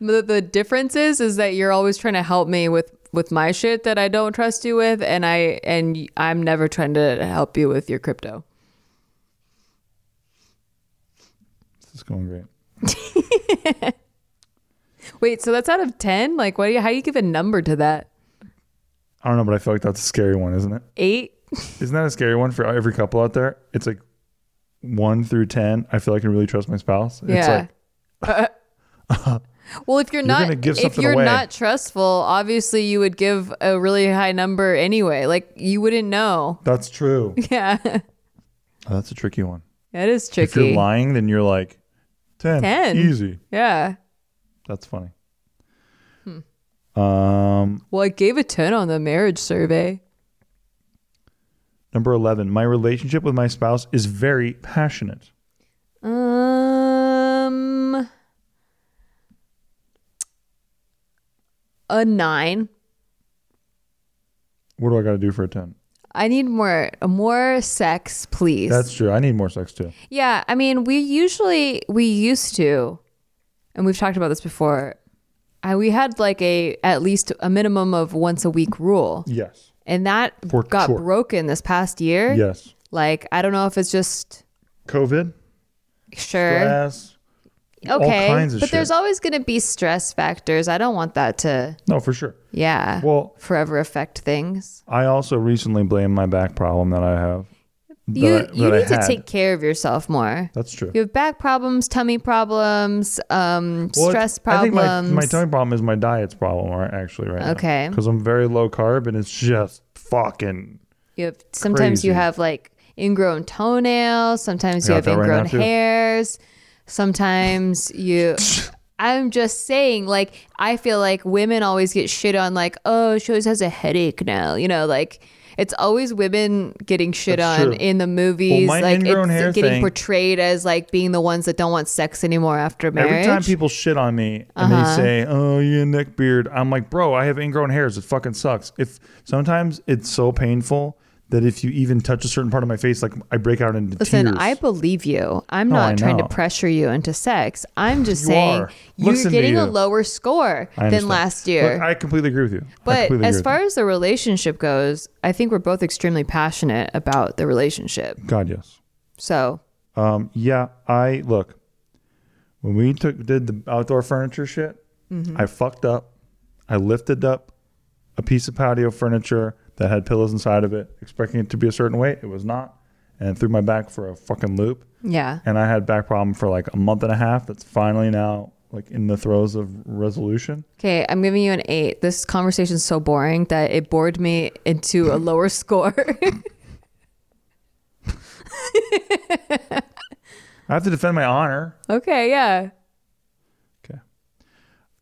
Speaker 3: The, the difference is is that you're always trying to help me with with my shit that I don't trust you with, and I and y- I'm never trying to help you with your crypto.
Speaker 1: This is going great.
Speaker 3: Wait, so that's out of ten? Like, what? Do you, how do you give a number to that?
Speaker 1: I don't know, but I feel like that's a scary one, isn't it?
Speaker 3: Eight?
Speaker 1: Isn't that a scary one for every couple out there? It's like one through ten. I feel like I can really trust my spouse. It's
Speaker 3: Yeah.
Speaker 1: like
Speaker 3: Well, if you're,
Speaker 1: gonna
Speaker 3: not
Speaker 1: give
Speaker 3: if
Speaker 1: something
Speaker 3: you're
Speaker 1: away.
Speaker 3: not trustful, obviously you would give a really high number anyway. Like you wouldn't know.
Speaker 1: that's true.
Speaker 3: Yeah,
Speaker 1: Oh, that's a tricky one.
Speaker 3: that is
Speaker 1: If you're
Speaker 3: tricky.
Speaker 1: lying, then you're like 10.
Speaker 3: 10.
Speaker 1: Easy.
Speaker 3: Yeah.
Speaker 1: That's funny.
Speaker 3: Hmm.
Speaker 1: Um,
Speaker 3: Well, I gave a ten on the marriage survey.
Speaker 1: number 11. My relationship with my spouse is very passionate.
Speaker 3: Um, a nine.
Speaker 1: What do I got to do for a 10?
Speaker 3: I need more more sex, please.
Speaker 1: That's true. I need more sex too.
Speaker 3: yeah, I mean, we usually we used to, and we've talked about this before. I, we had like a at least a minimum of once a week rule,
Speaker 1: Yes.
Speaker 3: and that
Speaker 1: For
Speaker 3: got
Speaker 1: sure.
Speaker 3: broken this past year.
Speaker 1: Yes.
Speaker 3: Like I don't know if it's just
Speaker 1: COVID,
Speaker 3: sure.
Speaker 1: stress. all
Speaker 3: Okay,
Speaker 1: kinds of
Speaker 3: but there's
Speaker 1: shit.
Speaker 3: always going to be stress factors. I don't want that to,
Speaker 1: No, for sure.
Speaker 3: yeah.
Speaker 1: Well,
Speaker 3: forever affect things.
Speaker 1: I also recently blame my back problem that I have. that
Speaker 3: you
Speaker 1: I- that
Speaker 3: you
Speaker 1: I
Speaker 3: need to
Speaker 1: had.
Speaker 3: take care of yourself more.
Speaker 1: That's true.
Speaker 3: You have back problems, tummy problems, um,
Speaker 1: Well,
Speaker 3: stress
Speaker 1: I think
Speaker 3: problems.
Speaker 1: my, my tummy problem is my diet's problem, right? Actually, right.
Speaker 3: Okay.
Speaker 1: Because I'm very low carb, and it's just fucking.
Speaker 3: you have sometimes you
Speaker 1: Crazy.
Speaker 3: have like ingrown toenails. Sometimes you
Speaker 1: I
Speaker 3: have
Speaker 1: got that right now,
Speaker 3: ingrown
Speaker 1: too.
Speaker 3: hairs. Sometimes you. I'm just saying, like, I feel like women always get shit on, like, oh, she always has a headache now. You know, like, it's always women getting shit
Speaker 1: That's
Speaker 3: on
Speaker 1: true.
Speaker 3: in the movies.
Speaker 1: my
Speaker 3: like,
Speaker 1: ingrown hair
Speaker 3: it's getting
Speaker 1: thing-
Speaker 3: portrayed as, like, being the ones that don't want sex anymore after marriage. Uh-huh.
Speaker 1: Every time people shit on me and they say, "Oh, you neck beard," I'm like, "Bro, I have ingrown hairs. It fucking sucks." If sometimes it's so painful that if you even touch a certain part of my face, like I break out into
Speaker 3: Listen,
Speaker 1: tears.
Speaker 3: I believe you. I'm
Speaker 1: No,
Speaker 3: not
Speaker 1: I
Speaker 3: trying
Speaker 1: know.
Speaker 3: to pressure you into sex. I'm just
Speaker 1: You
Speaker 3: saying
Speaker 1: are.
Speaker 3: you're
Speaker 1: Listen to
Speaker 3: getting a
Speaker 1: you.
Speaker 3: lower score
Speaker 1: I
Speaker 3: than
Speaker 1: understand.
Speaker 3: last year.
Speaker 1: Look, I completely agree with you. I
Speaker 3: but
Speaker 1: completely
Speaker 3: as
Speaker 1: agree
Speaker 3: far
Speaker 1: with
Speaker 3: as the relationship goes, I think we're both extremely passionate about the relationship.
Speaker 1: you. God, yes.
Speaker 3: So,
Speaker 1: Um, yeah, I look when we took did the outdoor furniture shit.
Speaker 3: Mm-hmm.
Speaker 1: I fucked up. I lifted up a piece of patio furniture that had pillows inside of it, expecting it to be a certain way. It was not, and threw my back for a fucking loop.
Speaker 3: yeah.
Speaker 1: And I had back problem for like a month and a half. That's finally now like in the throes of resolution.
Speaker 3: Okay, I'm giving you an eight. This conversation's so boring that it bored me into a lower score.
Speaker 1: I have to defend my honor.
Speaker 3: okay, yeah.
Speaker 1: Okay.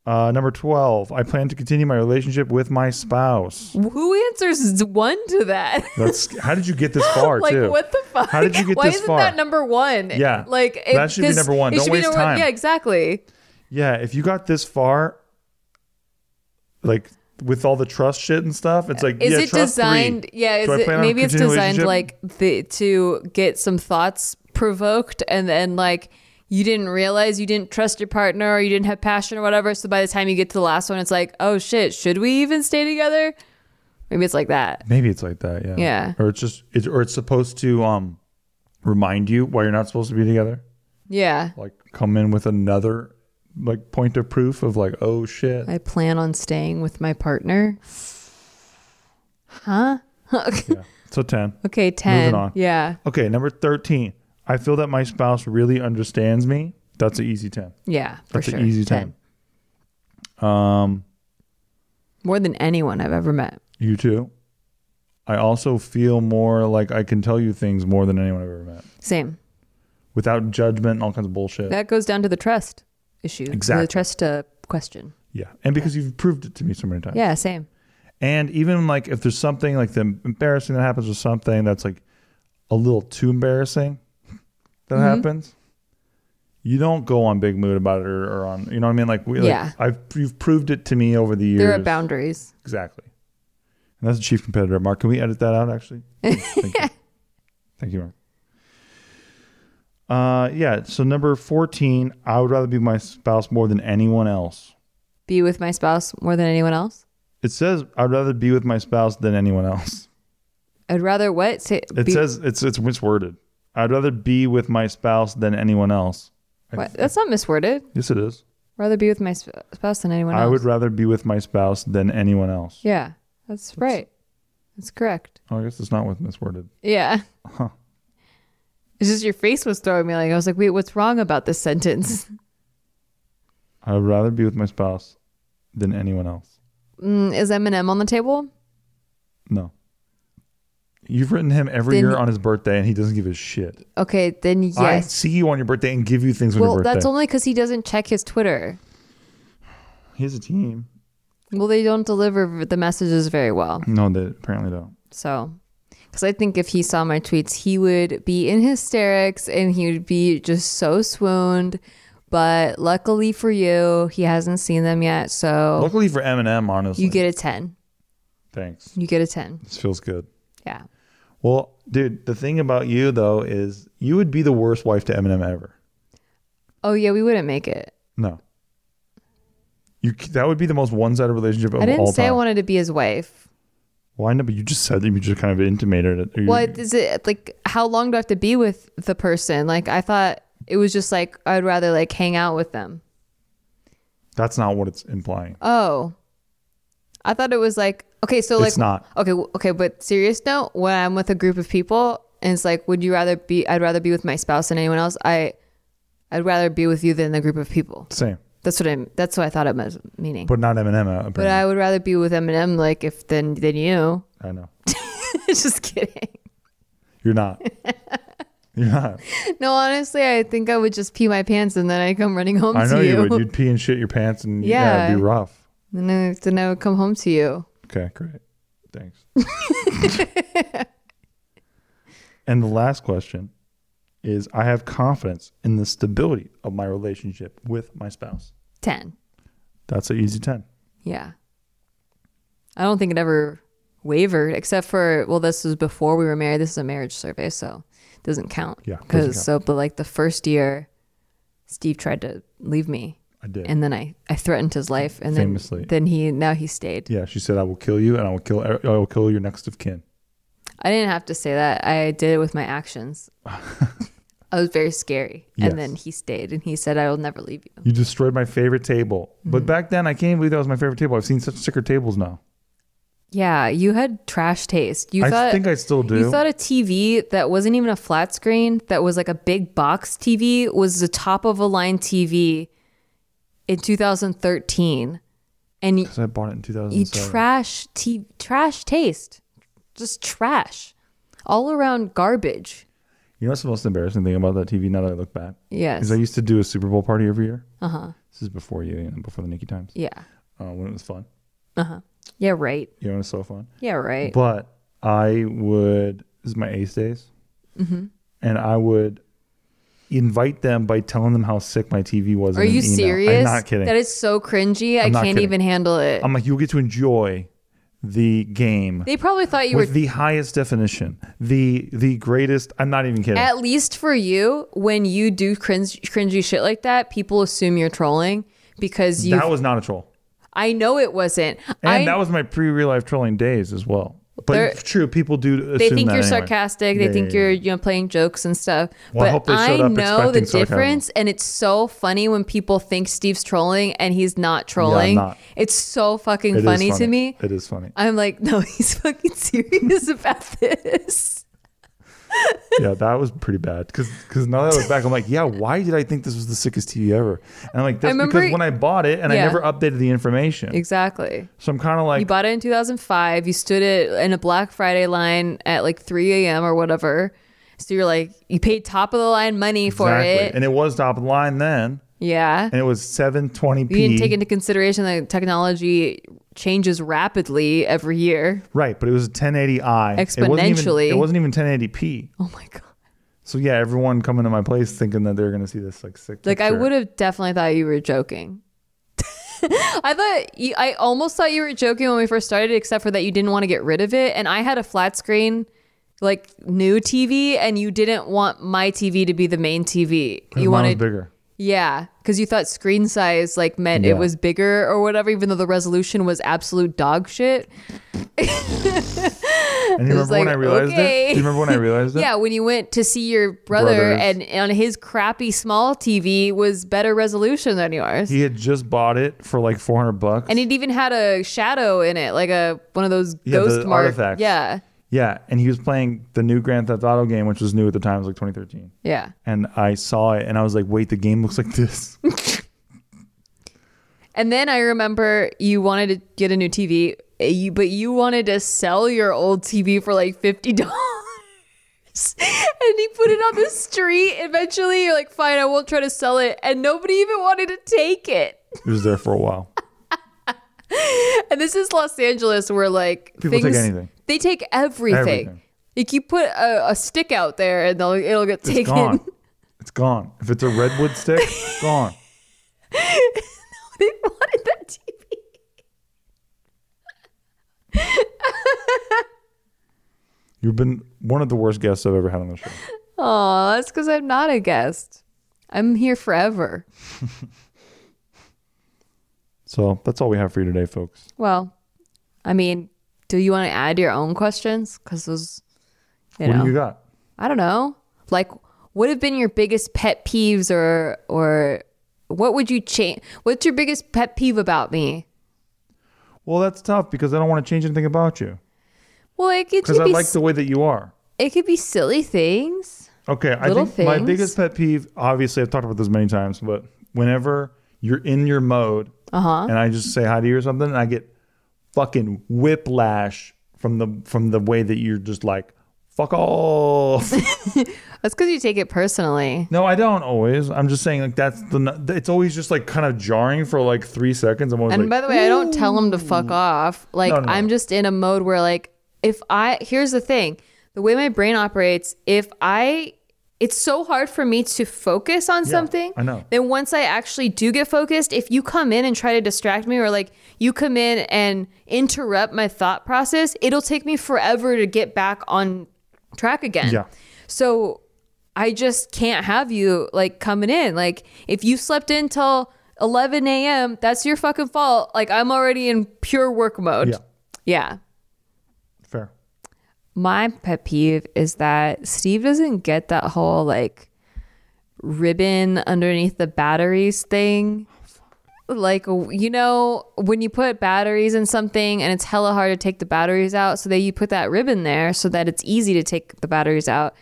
Speaker 1: Uh, number twelve. I plan to continue my relationship with my spouse.
Speaker 3: Who answers one to that?
Speaker 1: That's how did you get this far?
Speaker 3: like
Speaker 1: too?
Speaker 3: what the fuck?
Speaker 1: How did you get
Speaker 3: Why
Speaker 1: this
Speaker 3: isn't
Speaker 1: far?
Speaker 3: that number one?
Speaker 1: Yeah.
Speaker 3: like
Speaker 1: That should be
Speaker 3: 'cause
Speaker 1: number one.
Speaker 3: it
Speaker 1: Don't
Speaker 3: should be
Speaker 1: waste
Speaker 3: number one.
Speaker 1: time.
Speaker 3: Yeah, exactly.
Speaker 1: Yeah, if you got this far, like with all the trust shit and stuff, it's like
Speaker 3: Is
Speaker 1: yeah,
Speaker 3: it
Speaker 1: trust
Speaker 3: designed?
Speaker 1: Three.
Speaker 3: Yeah, is
Speaker 1: Do I
Speaker 3: it,
Speaker 1: plan on
Speaker 3: maybe it's
Speaker 1: continuing
Speaker 3: designed
Speaker 1: relationship?
Speaker 3: like the, to get some thoughts provoked, and then like you didn't realize you didn't trust your partner or you didn't have passion or whatever. So by the time you get to the last one, it's like, oh shit, should we even stay together? Maybe it's like that.
Speaker 1: maybe it's like that. Yeah,
Speaker 3: Yeah.
Speaker 1: Or it's just it's or it's supposed to um remind you why you're not supposed to be together.
Speaker 3: Yeah,
Speaker 1: Like come in with another like point of proof of like oh shit.
Speaker 3: I plan on staying with my partner.
Speaker 1: yeah. So ten.
Speaker 3: Okay, ten.
Speaker 1: on.
Speaker 3: Yeah,
Speaker 1: Okay, number thirteen. I feel that my spouse really understands me. That's an easy ten.
Speaker 3: yeah, for
Speaker 1: That's
Speaker 3: sure.
Speaker 1: an easy
Speaker 3: 10.
Speaker 1: ten. Um,
Speaker 3: More than anyone I've ever met.
Speaker 1: you too. I also feel more like I can tell you things more than anyone I've ever met.
Speaker 3: Same.
Speaker 1: without judgment and all kinds of bullshit.
Speaker 3: That goes down to the trust issue.
Speaker 1: Exactly.
Speaker 3: The trust uh, question.
Speaker 1: Yeah. And because you've proved it to me so many times.
Speaker 3: Yeah, same.
Speaker 1: And even like if there's something like the embarrassing that happens with something that's like a little too embarrassing that
Speaker 3: Mm-hmm.
Speaker 1: happens, you don't go on big mood about it or, or on you know what I mean? Like we like,
Speaker 3: Yeah.
Speaker 1: I've you've proved it to me over the years.
Speaker 3: There are boundaries.
Speaker 1: Exactly. And that's a chief competitor. Mark, can we edit that out actually? Thank you. Thank you, Mark. Uh yeah, so number 14, I would rather be my spouse more than anyone else.
Speaker 3: Be with my spouse more than anyone else.
Speaker 1: It says I'd rather be with my spouse than anyone else.
Speaker 3: I'd rather what? Say,
Speaker 1: It
Speaker 3: be-
Speaker 1: says it's it's misworded. I'd rather be with my spouse than anyone else.
Speaker 3: what? That's not misworded.
Speaker 1: Yes, it is.
Speaker 3: Rather be with my sp- spouse than anyone
Speaker 1: I
Speaker 3: else.
Speaker 1: would rather be with my spouse than anyone else.
Speaker 3: Yeah, that's right. That's correct.
Speaker 1: Oh, I guess it's not with misworded.
Speaker 3: Yeah. It's just your face was throwing me like I was like, wait, what's wrong about this sentence?
Speaker 1: I would rather be with my spouse than anyone else.
Speaker 3: Mm, is Eminem on the table?
Speaker 1: No. You've written him every
Speaker 3: Then-
Speaker 1: year on his birthday, and he doesn't give a shit.
Speaker 3: Okay, then yes.
Speaker 1: I see you on your birthday and give you things on
Speaker 3: well,
Speaker 1: your birthday.
Speaker 3: that's only because he doesn't check his Twitter.
Speaker 1: he has a team.
Speaker 3: Well, they don't deliver the messages very well.
Speaker 1: No, they apparently don't.
Speaker 3: So, because I think if he saw my tweets, he would be in hysterics and he would be just so swooned. But luckily for you, he hasn't seen them yet. So
Speaker 1: Luckily for Eminem, honestly.
Speaker 3: Oh. you get a 10.
Speaker 1: Thanks.
Speaker 3: You get a 10.
Speaker 1: This feels good.
Speaker 3: Yeah.
Speaker 1: Well, dude, the thing about you though is you would be the worst wife to Eminem ever.
Speaker 3: Oh, yeah, we wouldn't make it.
Speaker 1: No. You c- that would be the most one-sided relationship of
Speaker 3: I didn't
Speaker 1: all
Speaker 3: say
Speaker 1: time.
Speaker 3: I wanted to be his wife.
Speaker 1: well, I know, but you just said that you just kind of intimated it. You-
Speaker 3: What is it like? How long do I have to be with the person? Like, I thought it was just like I'd rather like hang out with them.
Speaker 1: That's not what it's implying.
Speaker 3: Oh, I thought it was like okay, so like
Speaker 1: it's not.
Speaker 3: okay, w- okay, but serious note, when I'm with a group of people and it's like, would you rather be? I'd rather be with my spouse than anyone else. I, I'd rather be with you than the group of people.
Speaker 1: Same.
Speaker 3: That's what I'm. That's what I thought it was meaning. But,
Speaker 1: But not Eminem uh, apparently.
Speaker 3: I would rather be with Eminem, like if than than you.
Speaker 1: I know.
Speaker 3: just kidding.
Speaker 1: You're not. You're not.
Speaker 3: No, honestly, I think I would just pee my pants and then I come running home
Speaker 1: I
Speaker 3: to
Speaker 1: know
Speaker 3: you.
Speaker 1: you. would. You'd pee and shit your pants and yeah, it'd be
Speaker 3: Yeah.
Speaker 1: rough.
Speaker 3: And then, then I would come home to you.
Speaker 1: Okay, great. Thanks. and the last question is I have confidence in the stability of my relationship with my spouse.
Speaker 3: Ten.
Speaker 1: That's an easy 10.
Speaker 3: Yeah. I don't think it ever wavered, except for well, this was before we were married. This is a marriage survey, so it doesn't count.
Speaker 1: Yeah, doesn't count.
Speaker 3: Because so, but like the first year, Steve tried to leave me,
Speaker 1: I did.
Speaker 3: and then I I threatened his life, and
Speaker 1: Famously.
Speaker 3: then then he now he stayed.
Speaker 1: yeah, she said I will kill you and I will kill er, I will kill your next of kin.
Speaker 3: I didn't have to say that. I did it with my actions. I was very scary,
Speaker 1: Yes.
Speaker 3: and then he stayed, and he said, "I will never leave you."
Speaker 1: You destroyed my favorite table.
Speaker 3: Mm-hmm.
Speaker 1: But back then I can't believe that was my favorite table. I've seen such sicker tables now.
Speaker 3: Yeah, you had trash taste. You
Speaker 1: I
Speaker 3: thought
Speaker 1: think I still do.
Speaker 3: You thought a TV that wasn't even a flat screen, that was like a big box TV, was the top of a line TV in 2013, and you,
Speaker 1: Cuz I bought it in
Speaker 3: you
Speaker 1: 2007.
Speaker 3: trash t- trash taste, just trash, all around garbage.
Speaker 1: you know what's the most embarrassing thing about that TV now that I look back?
Speaker 3: Yes. Uh-huh.
Speaker 1: Because I used to do a Super Bowl party every year. Uh huh. This is before you, you know, before the Nikki times,
Speaker 3: yeah.
Speaker 1: uh, when it was fun.
Speaker 3: Yeah. Right.
Speaker 1: You know, it was so fun.
Speaker 3: Yeah. Right.
Speaker 1: But I would, this is my ace days,
Speaker 3: Mm-hmm.
Speaker 1: and I would invite them by telling them how sick my TV was.
Speaker 3: Are
Speaker 1: in an
Speaker 3: you
Speaker 1: email.
Speaker 3: serious?
Speaker 1: I'm not kidding.
Speaker 3: That is so cringy. I
Speaker 1: I'm not
Speaker 3: can't
Speaker 1: kidding.
Speaker 3: even handle it.
Speaker 1: I'm like, you'll get to enjoy the game
Speaker 3: they probably thought you were
Speaker 1: with the highest definition, the the greatest. I'm not even kidding.
Speaker 3: At least for you, when you do cringe, cringy shit like that, people assume you're trolling because you.
Speaker 1: that was not a troll.
Speaker 3: I know it wasn't.
Speaker 1: And
Speaker 3: I,
Speaker 1: that was my pre real life trolling days as well. But
Speaker 3: They're-
Speaker 1: it's true, people do assume
Speaker 3: they think
Speaker 1: that anyway.
Speaker 3: you're sarcastic. They
Speaker 1: Yeah,
Speaker 3: think
Speaker 1: yeah, yeah.
Speaker 3: you're you know playing jokes and stuff.
Speaker 1: Well, I
Speaker 3: but I,
Speaker 1: hope they showed up
Speaker 3: know the
Speaker 1: expecting sarcasm.
Speaker 3: difference, and it's so funny when people think Steve's trolling and he's not trolling.
Speaker 1: not.
Speaker 3: It's so fucking
Speaker 1: It is
Speaker 3: funny, to me.
Speaker 1: It is funny.
Speaker 3: I'm like, no, he's fucking serious about this.
Speaker 1: yeah, that was pretty bad. Because now that I look back, I'm like, yeah, why did I think this was the sickest TV ever? And I'm like, that's
Speaker 3: remember-
Speaker 1: because when I bought it and I
Speaker 3: Yeah.
Speaker 1: never updated the information.
Speaker 3: Exactly.
Speaker 1: So I'm kind of
Speaker 3: You
Speaker 1: like,
Speaker 3: bought it in 2005. You stood it in a Black Friday line at like 3 a.m. or whatever. So you're like, you paid top of the line money for
Speaker 1: exactly.
Speaker 3: it.
Speaker 1: And it was top of the line then.
Speaker 3: Yeah.
Speaker 1: and it was 720p.
Speaker 3: You didn't take into consideration that technology changes rapidly every year.
Speaker 1: right, but it was a 1080i. It wasn't even-
Speaker 3: Exponentially.
Speaker 1: It wasn't even, 1080p.
Speaker 3: Oh my god.
Speaker 1: So yeah, everyone coming to my place thinking that they're gonna see this like sick.
Speaker 3: Like I
Speaker 1: picture.
Speaker 3: would have definitely thought you were joking. I thought you, I almost thought you were joking when we first started, except for that you didn't want to get rid of it, and I had a flat screen, like new TV, and you didn't want my TV to be the main TV.
Speaker 1: Mine
Speaker 3: You
Speaker 1: was
Speaker 3: wanted,
Speaker 1: bigger.
Speaker 3: yeah, because you thought screen size like meant
Speaker 1: Yeah.
Speaker 3: it was bigger or whatever, even though the resolution was absolute dog shit.
Speaker 1: And you
Speaker 3: It
Speaker 1: remember
Speaker 3: was
Speaker 1: when I
Speaker 3: like,
Speaker 1: realized
Speaker 3: okay.
Speaker 1: it? Do you remember when I realized it?
Speaker 3: Yeah, when you went to see your brother
Speaker 1: Brothers.
Speaker 3: and on his crappy small TV was better resolution than yours.
Speaker 1: He had just bought it for like 400 bucks.
Speaker 3: and it even had a shadow in it, like a one of those
Speaker 1: Yeah, the
Speaker 3: ghost mark.
Speaker 1: artifacts.
Speaker 3: Yeah,
Speaker 1: yeah, and he was playing the new Grand Theft Auto game, which was new at the time. It was like 2013.
Speaker 3: yeah.
Speaker 1: And I saw it and I was like, wait, the game looks like this.
Speaker 3: And then I remember you wanted to get a new TV, eh, you, but you wanted to sell your old TV for like fifty dollars. And he put it on the street. Eventually, you're like, fine, I won't try to sell it. And nobody even wanted to take it.
Speaker 1: it was there for a while.
Speaker 3: And this is Los Angeles where like
Speaker 1: People take anything.
Speaker 3: They take everything.
Speaker 1: Everything.
Speaker 3: Like you put a, a stick out there and they'll, it'll get
Speaker 1: It's
Speaker 3: taken.
Speaker 1: gone. It's gone. If it's a redwood stick, it's gone.
Speaker 3: they wanted that TV.
Speaker 1: You've been one of the worst guests I've ever had on the show.
Speaker 3: Oh, that's because I'm not a guest. I'm here forever.
Speaker 1: So that's all we have for you today, folks.
Speaker 3: Well, I mean, do you want to add your own questions? Because those, you
Speaker 1: what
Speaker 3: know,
Speaker 1: do you got?
Speaker 3: I don't know. Like, what have been your biggest pet peeves, or or what would you change? What's your biggest pet peeve about me?
Speaker 1: Well, that's tough because I don't want to change anything about you
Speaker 3: Well, it could
Speaker 1: because I
Speaker 3: be
Speaker 1: like
Speaker 3: s-
Speaker 1: the way that you are.
Speaker 3: it could be silly things.
Speaker 1: Okay, I
Speaker 3: Little
Speaker 1: think my
Speaker 3: things.
Speaker 1: biggest pet peeve, obviously, I've talked about this many times, but whenever you're in your mode
Speaker 3: Uh-huh.
Speaker 1: and I just say hi to you or something, and I get fucking whiplash from the from the way that you're just like fuck off.
Speaker 3: That's because you take it personally.
Speaker 1: no, I don't always. I'm just saying like that's the. n- It's always just like kind of jarring for like three seconds. I'm always
Speaker 3: And
Speaker 1: like,
Speaker 3: by the way, I don't tell him to fuck off. Like
Speaker 1: No, no, no.
Speaker 3: I'm just in a mode where like if I here's the thing, the way my brain operates, if I it's so hard for me to focus on something.
Speaker 1: I know.
Speaker 3: Then once I actually do get focused, if you come in and try to distract me or like you come in and interrupt my thought process, it'll take me forever to get back on track again.
Speaker 1: Yeah.
Speaker 3: So I just can't have you like coming in. Like if you slept in till 11 a.m., that's your fucking fault. Like I'm already in pure work mode.
Speaker 1: Yeah.
Speaker 3: Yeah.
Speaker 1: fair.
Speaker 3: My pet peeve is that Steve doesn't get that whole like ribbon underneath the batteries thing. Like you know when you put batteries in something and it's hella hard to take the batteries out, so that you put that ribbon there so that it's easy to take the batteries out.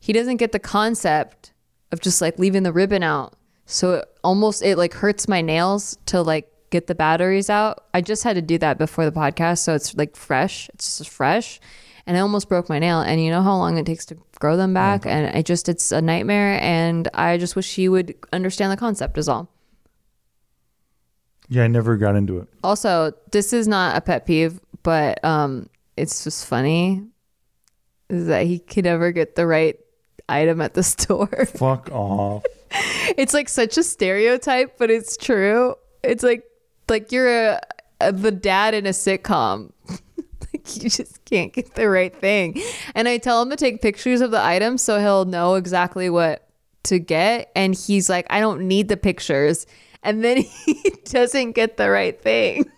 Speaker 3: He doesn't get the concept of just like leaving the ribbon out. So it almost it like hurts my nails to like get the batteries out. I just had to do that before the podcast, so it's like fresh. It's just fresh. And I almost broke my nail and you know how long it takes to grow them back and I just it's a nightmare and I just wish he would understand the concept is all.
Speaker 1: Yeah, I never got into it.
Speaker 3: Also, this is not a pet peeve, but um it's just funny is that he could never get the right item at the store.
Speaker 1: Fuck off.
Speaker 3: it's like such a stereotype, but it's true. It's like like you're a, a the dad in a sitcom. like you just can't get the right thing. And I tell him to take pictures of the items so he'll know exactly what to get. And he's like, I don't need the pictures. And then he doesn't get the right thing.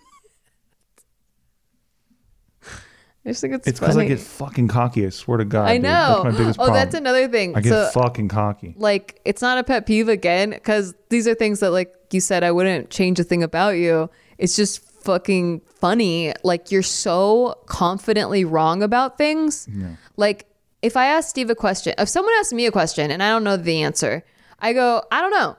Speaker 3: I just think it's,
Speaker 1: It's because
Speaker 3: funny.
Speaker 1: I get fucking cocky. I swear to God.
Speaker 3: I
Speaker 1: dude.
Speaker 3: know.
Speaker 1: That's my biggest
Speaker 3: oh,
Speaker 1: problem.
Speaker 3: that's another thing.
Speaker 1: I get
Speaker 3: so
Speaker 1: fucking cocky.
Speaker 3: like it's not a pet peeve again because these are things that like you said i wouldn't change a thing about you it's just fucking funny like you're so confidently wrong about things like if i ask steve a question if someone asks me a question and i don't know the answer i go i don't know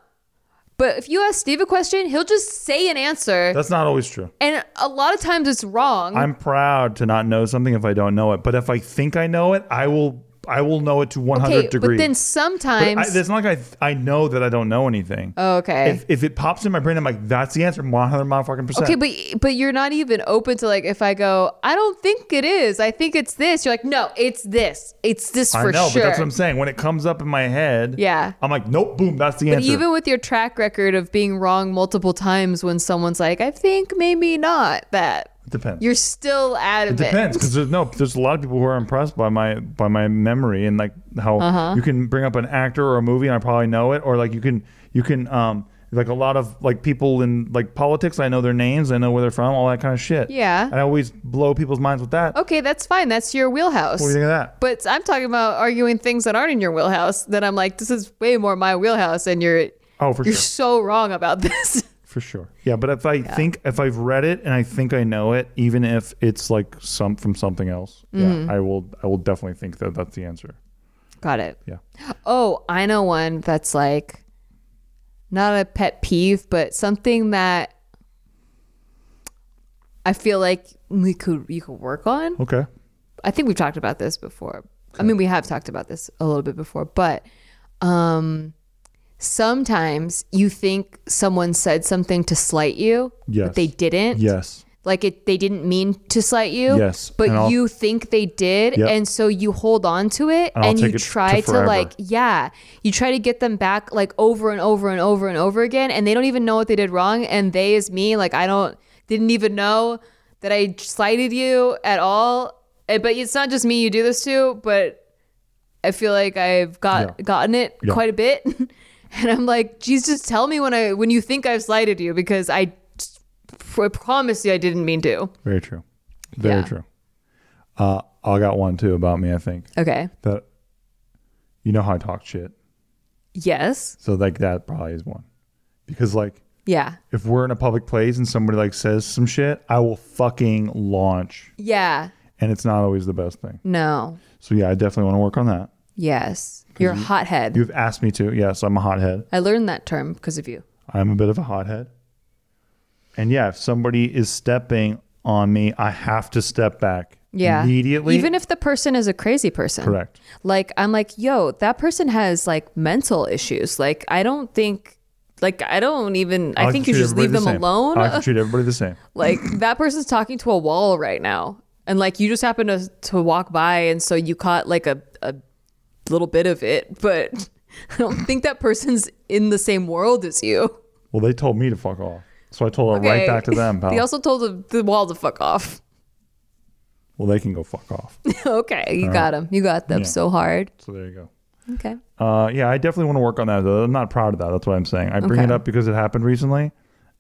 Speaker 3: but if you ask steve a question he'll just say an answer
Speaker 1: That's not always true.
Speaker 3: and a lot of times it's wrong
Speaker 1: I'm proud to not know something if I don't know it. But if I think I know it, I will I will know it to 100
Speaker 3: Okay,
Speaker 1: degrees.
Speaker 3: but then
Speaker 1: But I,
Speaker 3: sometimes. Oh,
Speaker 1: it's not like I, I know that I don't know anything.
Speaker 3: okay.
Speaker 1: If, if it pops in my brain, I'm like, that's the answer, 100 motherfucking percent.
Speaker 3: Okay, but but you're not even open to like if I go, I don't think it is. I think it's this. You're like, no, it's this. It's this
Speaker 1: I
Speaker 3: for
Speaker 1: know,
Speaker 3: sure.
Speaker 1: but that's what I'm saying. When it comes up in my head,
Speaker 3: Yeah.
Speaker 1: I'm like, nope, boom, that's the
Speaker 3: but
Speaker 1: answer.
Speaker 3: even with your track record of being wrong multiple times when someone's like, I think maybe not that,
Speaker 1: it depends.
Speaker 3: you're still out
Speaker 1: It
Speaker 3: of it.
Speaker 1: depends because there's no there's a lot of people who are impressed by my by my memory and like how
Speaker 3: Uh-huh.
Speaker 1: you can bring up an actor or a movie and I probably know it or like you can you can um like a lot of like people in like politics I know their names I know where they're from all that kind of shit
Speaker 3: Yeah.
Speaker 1: and I always blow people's minds with that
Speaker 3: Okay, that's fine. That's your wheelhouse.
Speaker 1: what do you think of that
Speaker 3: But I'm talking about arguing things that aren't in your wheelhouse that I'm like, this is way more my wheelhouse and you're
Speaker 1: oh for
Speaker 3: you're
Speaker 1: sure
Speaker 3: so wrong about this.
Speaker 1: for sure yeah but if I think if I've read it and I think I know it even if it's like some from something else
Speaker 3: Mm-hmm.
Speaker 1: yeah I will I will definitely think that that's the answer
Speaker 3: Got it.
Speaker 1: yeah
Speaker 3: Oh, I know one that's like not a pet peeve, but something that I feel like we could you could work on.
Speaker 1: okay
Speaker 3: I think we've talked about this before. I mean, we have talked about this a little bit before, but um, sometimes you think someone said something to slight you,
Speaker 1: Yes.
Speaker 3: but they didn't.
Speaker 1: yes
Speaker 3: Like it, they didn't mean to slight you.
Speaker 1: Yes. And
Speaker 3: But
Speaker 1: I'll-
Speaker 3: you think they did,
Speaker 1: Yep.
Speaker 3: and so you hold on to it,
Speaker 1: And
Speaker 3: and,
Speaker 1: I'll take
Speaker 3: you
Speaker 1: it to
Speaker 3: try to,
Speaker 1: forever.
Speaker 3: like, yeah, you try to get them back like over and over and over and over again, and they don't even know what they did wrong, and they is me, like I don't didn't even know that I slighted you at all. Eh, But it's not just me you do this to, but I feel like I've got
Speaker 1: Yeah.
Speaker 3: gotten it
Speaker 1: Yeah.
Speaker 3: quite a bit, and I'm like, geez, just tell me when I when you think I've slighted you because I. I promise you, I didn't mean to.
Speaker 1: Very true. Very
Speaker 3: Yeah.
Speaker 1: true. Uh, I got one too about me. I think
Speaker 3: Okay.
Speaker 1: that you know how I talk shit,
Speaker 3: Yes.
Speaker 1: so like that probably is one because like
Speaker 3: Yeah.
Speaker 1: if we're in a public place and somebody like says some shit, I will fucking launch,
Speaker 3: Yeah.
Speaker 1: and it's not always the best thing.
Speaker 3: No.
Speaker 1: So yeah, I definitely want to work on that.
Speaker 3: Yes. You're a hothead.
Speaker 1: You've asked me to. Yes, I'm a hothead.
Speaker 3: I learned that term because of you.
Speaker 1: I'm a bit of a hothead. And yeah, if somebody is stepping on me, I have to step back.
Speaker 3: Yeah.
Speaker 1: Immediately.
Speaker 3: Even if the person is a crazy person.
Speaker 1: correct.
Speaker 3: Like I'm like, yo, that person has like mental issues. Like I don't think like I don't even I,
Speaker 1: like
Speaker 3: think
Speaker 1: to
Speaker 3: you
Speaker 1: treat
Speaker 3: should leave
Speaker 1: everybody
Speaker 3: them
Speaker 1: the same.
Speaker 3: alone.
Speaker 1: I like to treat everybody the same.
Speaker 3: like that person's talking to a wall right now. And like you just happen to to walk by and so you caught like a, a little bit of it, but I don't think that person's in the same world as you.
Speaker 1: Well, they told me to fuck off. So I told it right
Speaker 3: Okay.
Speaker 1: back to them, pal.
Speaker 3: They also told the, the wall to fuck off.
Speaker 1: well, they can go fuck off.
Speaker 3: okay, you got them. You got them
Speaker 1: Uh-huh. Yeah.
Speaker 3: so hard.
Speaker 1: so there you go.
Speaker 3: Okay.
Speaker 1: Uh, yeah, I definitely want to work on that. Though. I'm not proud of that. That's what I'm saying. I bring it
Speaker 3: Okay.
Speaker 1: up because it happened recently,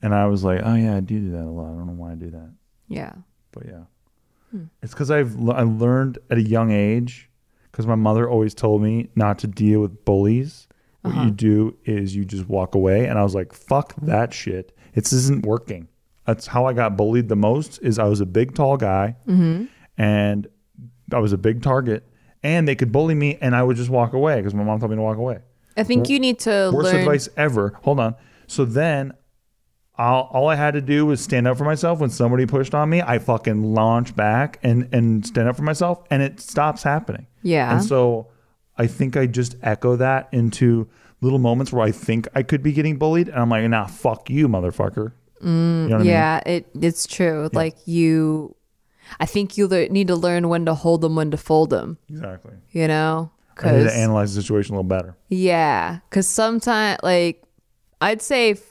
Speaker 1: and I was like, oh yeah, I do do that a lot. I don't know why I do that,
Speaker 3: Yeah.
Speaker 1: but yeah, it's because I've l- I learned at a young age because my mother always told me not to deal with bullies. What you do is you just walk away, and I was like, fuck that shit. It's isn't working. That's how I got bullied the most. Is I was a big tall guy, and I was a big target, and they could bully me, and I would just walk away because my mom told me to walk away.
Speaker 3: I think you need to
Speaker 1: Worst
Speaker 3: learn.
Speaker 1: advice ever. Hold on. So then, all, all I had to do was stand up for myself. When somebody pushed on me, I fucking launch back and and stand up for myself, and it stops happening.
Speaker 3: Yeah.
Speaker 1: And so, I think I just echo that into little moments where I think I could be getting bullied, and I'm like, nah, fuck you, motherfucker. you know what I mean?
Speaker 3: Mm, yeah, it it's true. Like you, I think you lear need to learn when to hold them, when to fold them.
Speaker 1: Exactly.
Speaker 3: You know,
Speaker 1: I need to
Speaker 3: because
Speaker 1: analyze the situation a little better.
Speaker 3: yeah, because sometimes like I'd say. F-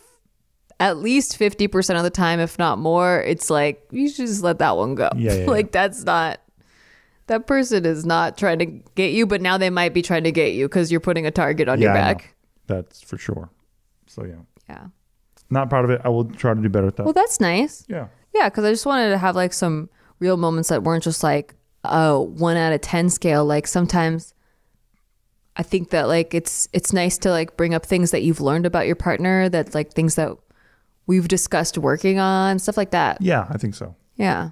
Speaker 3: at least 50% of the time, if not more, it's like, you should just let that one go.
Speaker 1: Yeah, yeah, yeah.
Speaker 3: like, that's not, that person is not trying to get you, but now they might be trying to get you because you're putting a target on your
Speaker 1: I know.
Speaker 3: back.
Speaker 1: That's for sure. So yeah,
Speaker 3: Yeah.
Speaker 1: not proud of it. I will try to do better at that.
Speaker 3: Well, that's nice.
Speaker 1: yeah.
Speaker 3: Yeah, because I just wanted to have like some real moments that weren't just like oh one out of ten scale. Like sometimes I think that like it's it's nice to like bring up things that you've learned about your partner that like things that we've discussed working on stuff like that.
Speaker 1: Yeah, I think so.
Speaker 3: Yeah.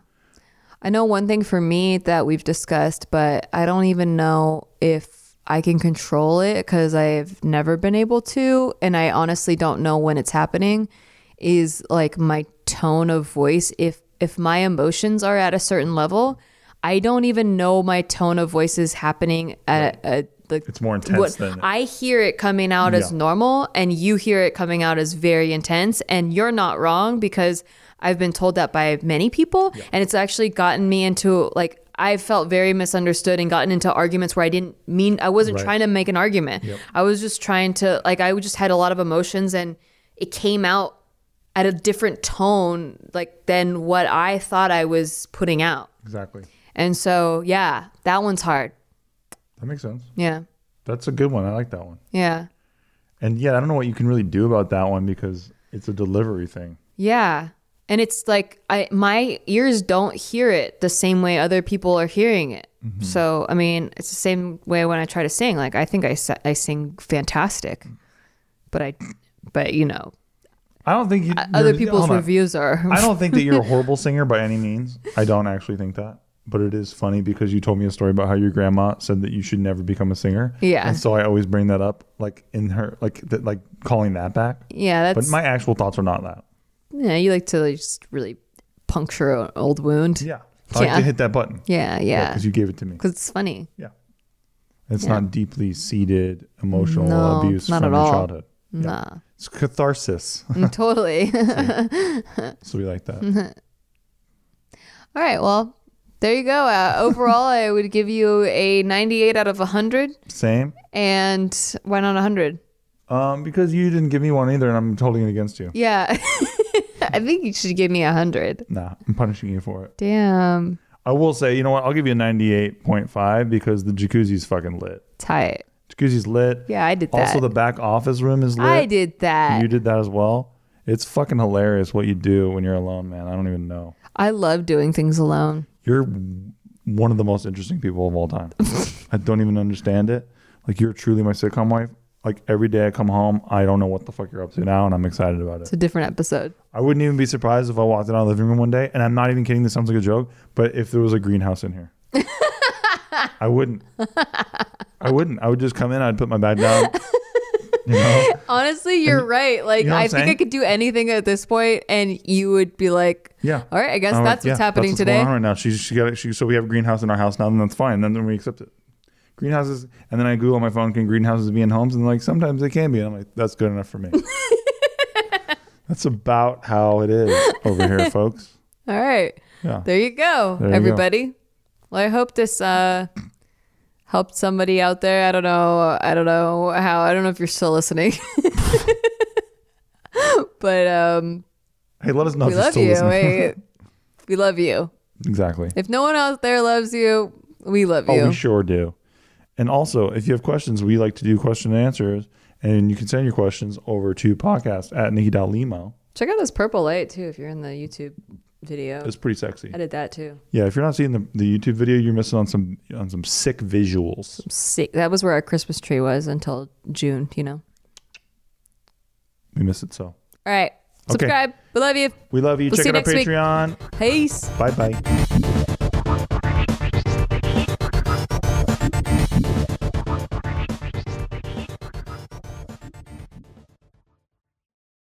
Speaker 3: I know one thing for me that we've discussed, but I don't even know if I can control it because I've never been able to. And I honestly don't know when it's happening is like my tone of voice. If, if my emotions are at a certain level, I don't even know my tone of voice is happening at a like
Speaker 1: It's more intense
Speaker 3: what-
Speaker 1: than-
Speaker 3: I hear it coming out as
Speaker 1: Yeah.
Speaker 3: normal and you hear it coming out as very intense and you're not wrong because I've been told that by many people and it's actually gotten me into like I felt very misunderstood and gotten into arguments where I didn't mean I wasn't
Speaker 1: Right.
Speaker 3: trying to make an argument. I was just trying to like I just had a lot of emotions and it came out at a different tone like than what I thought I was putting out.
Speaker 1: Exactly.
Speaker 3: And so, yeah, that one's hard.
Speaker 1: That makes sense.
Speaker 3: Yeah.
Speaker 1: That's a good one. I like that one.
Speaker 3: Yeah.
Speaker 1: And yeah, I don't know what you can really do about that one because it's a delivery thing.
Speaker 3: Yeah. And it's like I my ears don't hear it the same way other people are hearing it.
Speaker 1: Mm-hmm.
Speaker 3: So, I mean, it's the same way when I try to sing. Like I think I sa- I sing fantastic.
Speaker 1: Mm.
Speaker 3: But I but you know,
Speaker 1: I don't think you,
Speaker 3: Uh, other
Speaker 1: you're-
Speaker 3: people's
Speaker 1: hold on.
Speaker 3: reviews are
Speaker 1: I don't think that you're a horrible singer by any means. I don't actually think that. But it is funny because you told me a story about how your grandma said that you should never become a singer.
Speaker 3: Yeah.
Speaker 1: And so I always bring that up, like in her, like that, like calling that back.
Speaker 3: Yeah,
Speaker 1: But
Speaker 3: that's
Speaker 1: my actual thoughts are not that.
Speaker 3: yeah, you like to like, just really puncture an old wound.
Speaker 1: Yeah. I like
Speaker 3: Yeah.
Speaker 1: to hit that button
Speaker 3: Yeah, yeah.
Speaker 1: because you gave it to me.
Speaker 3: Cuz it's funny.
Speaker 1: Yeah. It's not deeply seated emotional
Speaker 3: No,
Speaker 1: abuse
Speaker 3: not
Speaker 1: from
Speaker 3: at
Speaker 1: your
Speaker 3: all.
Speaker 1: childhood. Yeah. It's catharsis.
Speaker 3: mm, totally.
Speaker 1: so we like that.
Speaker 3: All right. Well, there you go. Uh, overall, I would give you a 98 out of 100.
Speaker 1: Same.
Speaker 3: And why not 100?
Speaker 1: Um, because you didn't give me one either and I'm holding it against you.
Speaker 3: Yeah. I think you should give me 100.
Speaker 1: Nah, I'm punishing you for it.
Speaker 3: Damn.
Speaker 1: I will say, you know what? I'll give you a 98.5 because the jacuzzi's fucking lit.
Speaker 3: Tight.
Speaker 1: Jacuzzi's lit.
Speaker 3: Yeah, I did that.
Speaker 1: Also, the back office room is lit.
Speaker 3: I did that.
Speaker 1: You did that as well. It's fucking hilarious what you do when you're alone, man. I don't even know.
Speaker 3: I love doing things alone.
Speaker 1: You're one of the most interesting people of all time. I don't even understand it. Like, you're truly my sitcom wife. Like, every day I come home, I don't know what the fuck you're up to now, and I'm excited about it.
Speaker 3: It's a different episode.
Speaker 1: I wouldn't even be surprised if I walked in our living room one day, and I'm not even kidding. This sounds like a joke, but if there was a greenhouse in here, I wouldn't. I wouldn't. I would just come in. I'd put my bag down. You know,
Speaker 3: Honestly, you're right. Like,
Speaker 1: you know what
Speaker 3: I
Speaker 1: I'm
Speaker 3: think I
Speaker 1: saying?
Speaker 3: could do anything at this point, and you would be like,
Speaker 1: yeah.
Speaker 3: all right, I guess
Speaker 1: I'm like,
Speaker 3: that's
Speaker 1: yeah,
Speaker 3: what's happening
Speaker 1: that's
Speaker 3: today.
Speaker 1: Going on right now, she's she got it. She, so we have a greenhouse in our house now, and that's fine. Then then we accept it. Greenhouses, and then I Google on my phone, can greenhouses be in homes? And like sometimes they can be, and I'm like, that's good enough for me. that's about how it is over here, folks.
Speaker 3: All right.
Speaker 1: Yeah.
Speaker 3: There you go,
Speaker 1: There you go.
Speaker 3: everybody. Well, I hope this uh, helped somebody out there. I don't know. I don't know how. I don't know if you're still listening. but um,
Speaker 1: Hey, let us know
Speaker 3: we
Speaker 1: if you're
Speaker 3: love
Speaker 1: still
Speaker 3: you.
Speaker 1: listening.
Speaker 3: We, we love you.
Speaker 1: exactly.
Speaker 3: If no one out there loves you, we love
Speaker 1: Oh,
Speaker 3: you.
Speaker 1: we sure do. And also, if you have questions, we like to do question and answers. And you can send your questions over to podcast at nikki.limo.
Speaker 3: Check out this purple light too if you're in the YouTube video.
Speaker 1: It's pretty sexy.
Speaker 3: I did that too.
Speaker 1: Yeah, if you're not seeing the, the YouTube video, you're missing on some on some sick visuals.
Speaker 3: Sick. That was where our Christmas tree was until June. You know.
Speaker 1: We miss it so.
Speaker 3: All right.
Speaker 1: Okay.
Speaker 3: Subscribe. We love you.
Speaker 1: We love you.
Speaker 3: We'll
Speaker 1: Check
Speaker 3: see
Speaker 1: out
Speaker 3: you
Speaker 1: our
Speaker 3: next week.
Speaker 1: Patreon.
Speaker 3: Peace.
Speaker 1: Bye bye.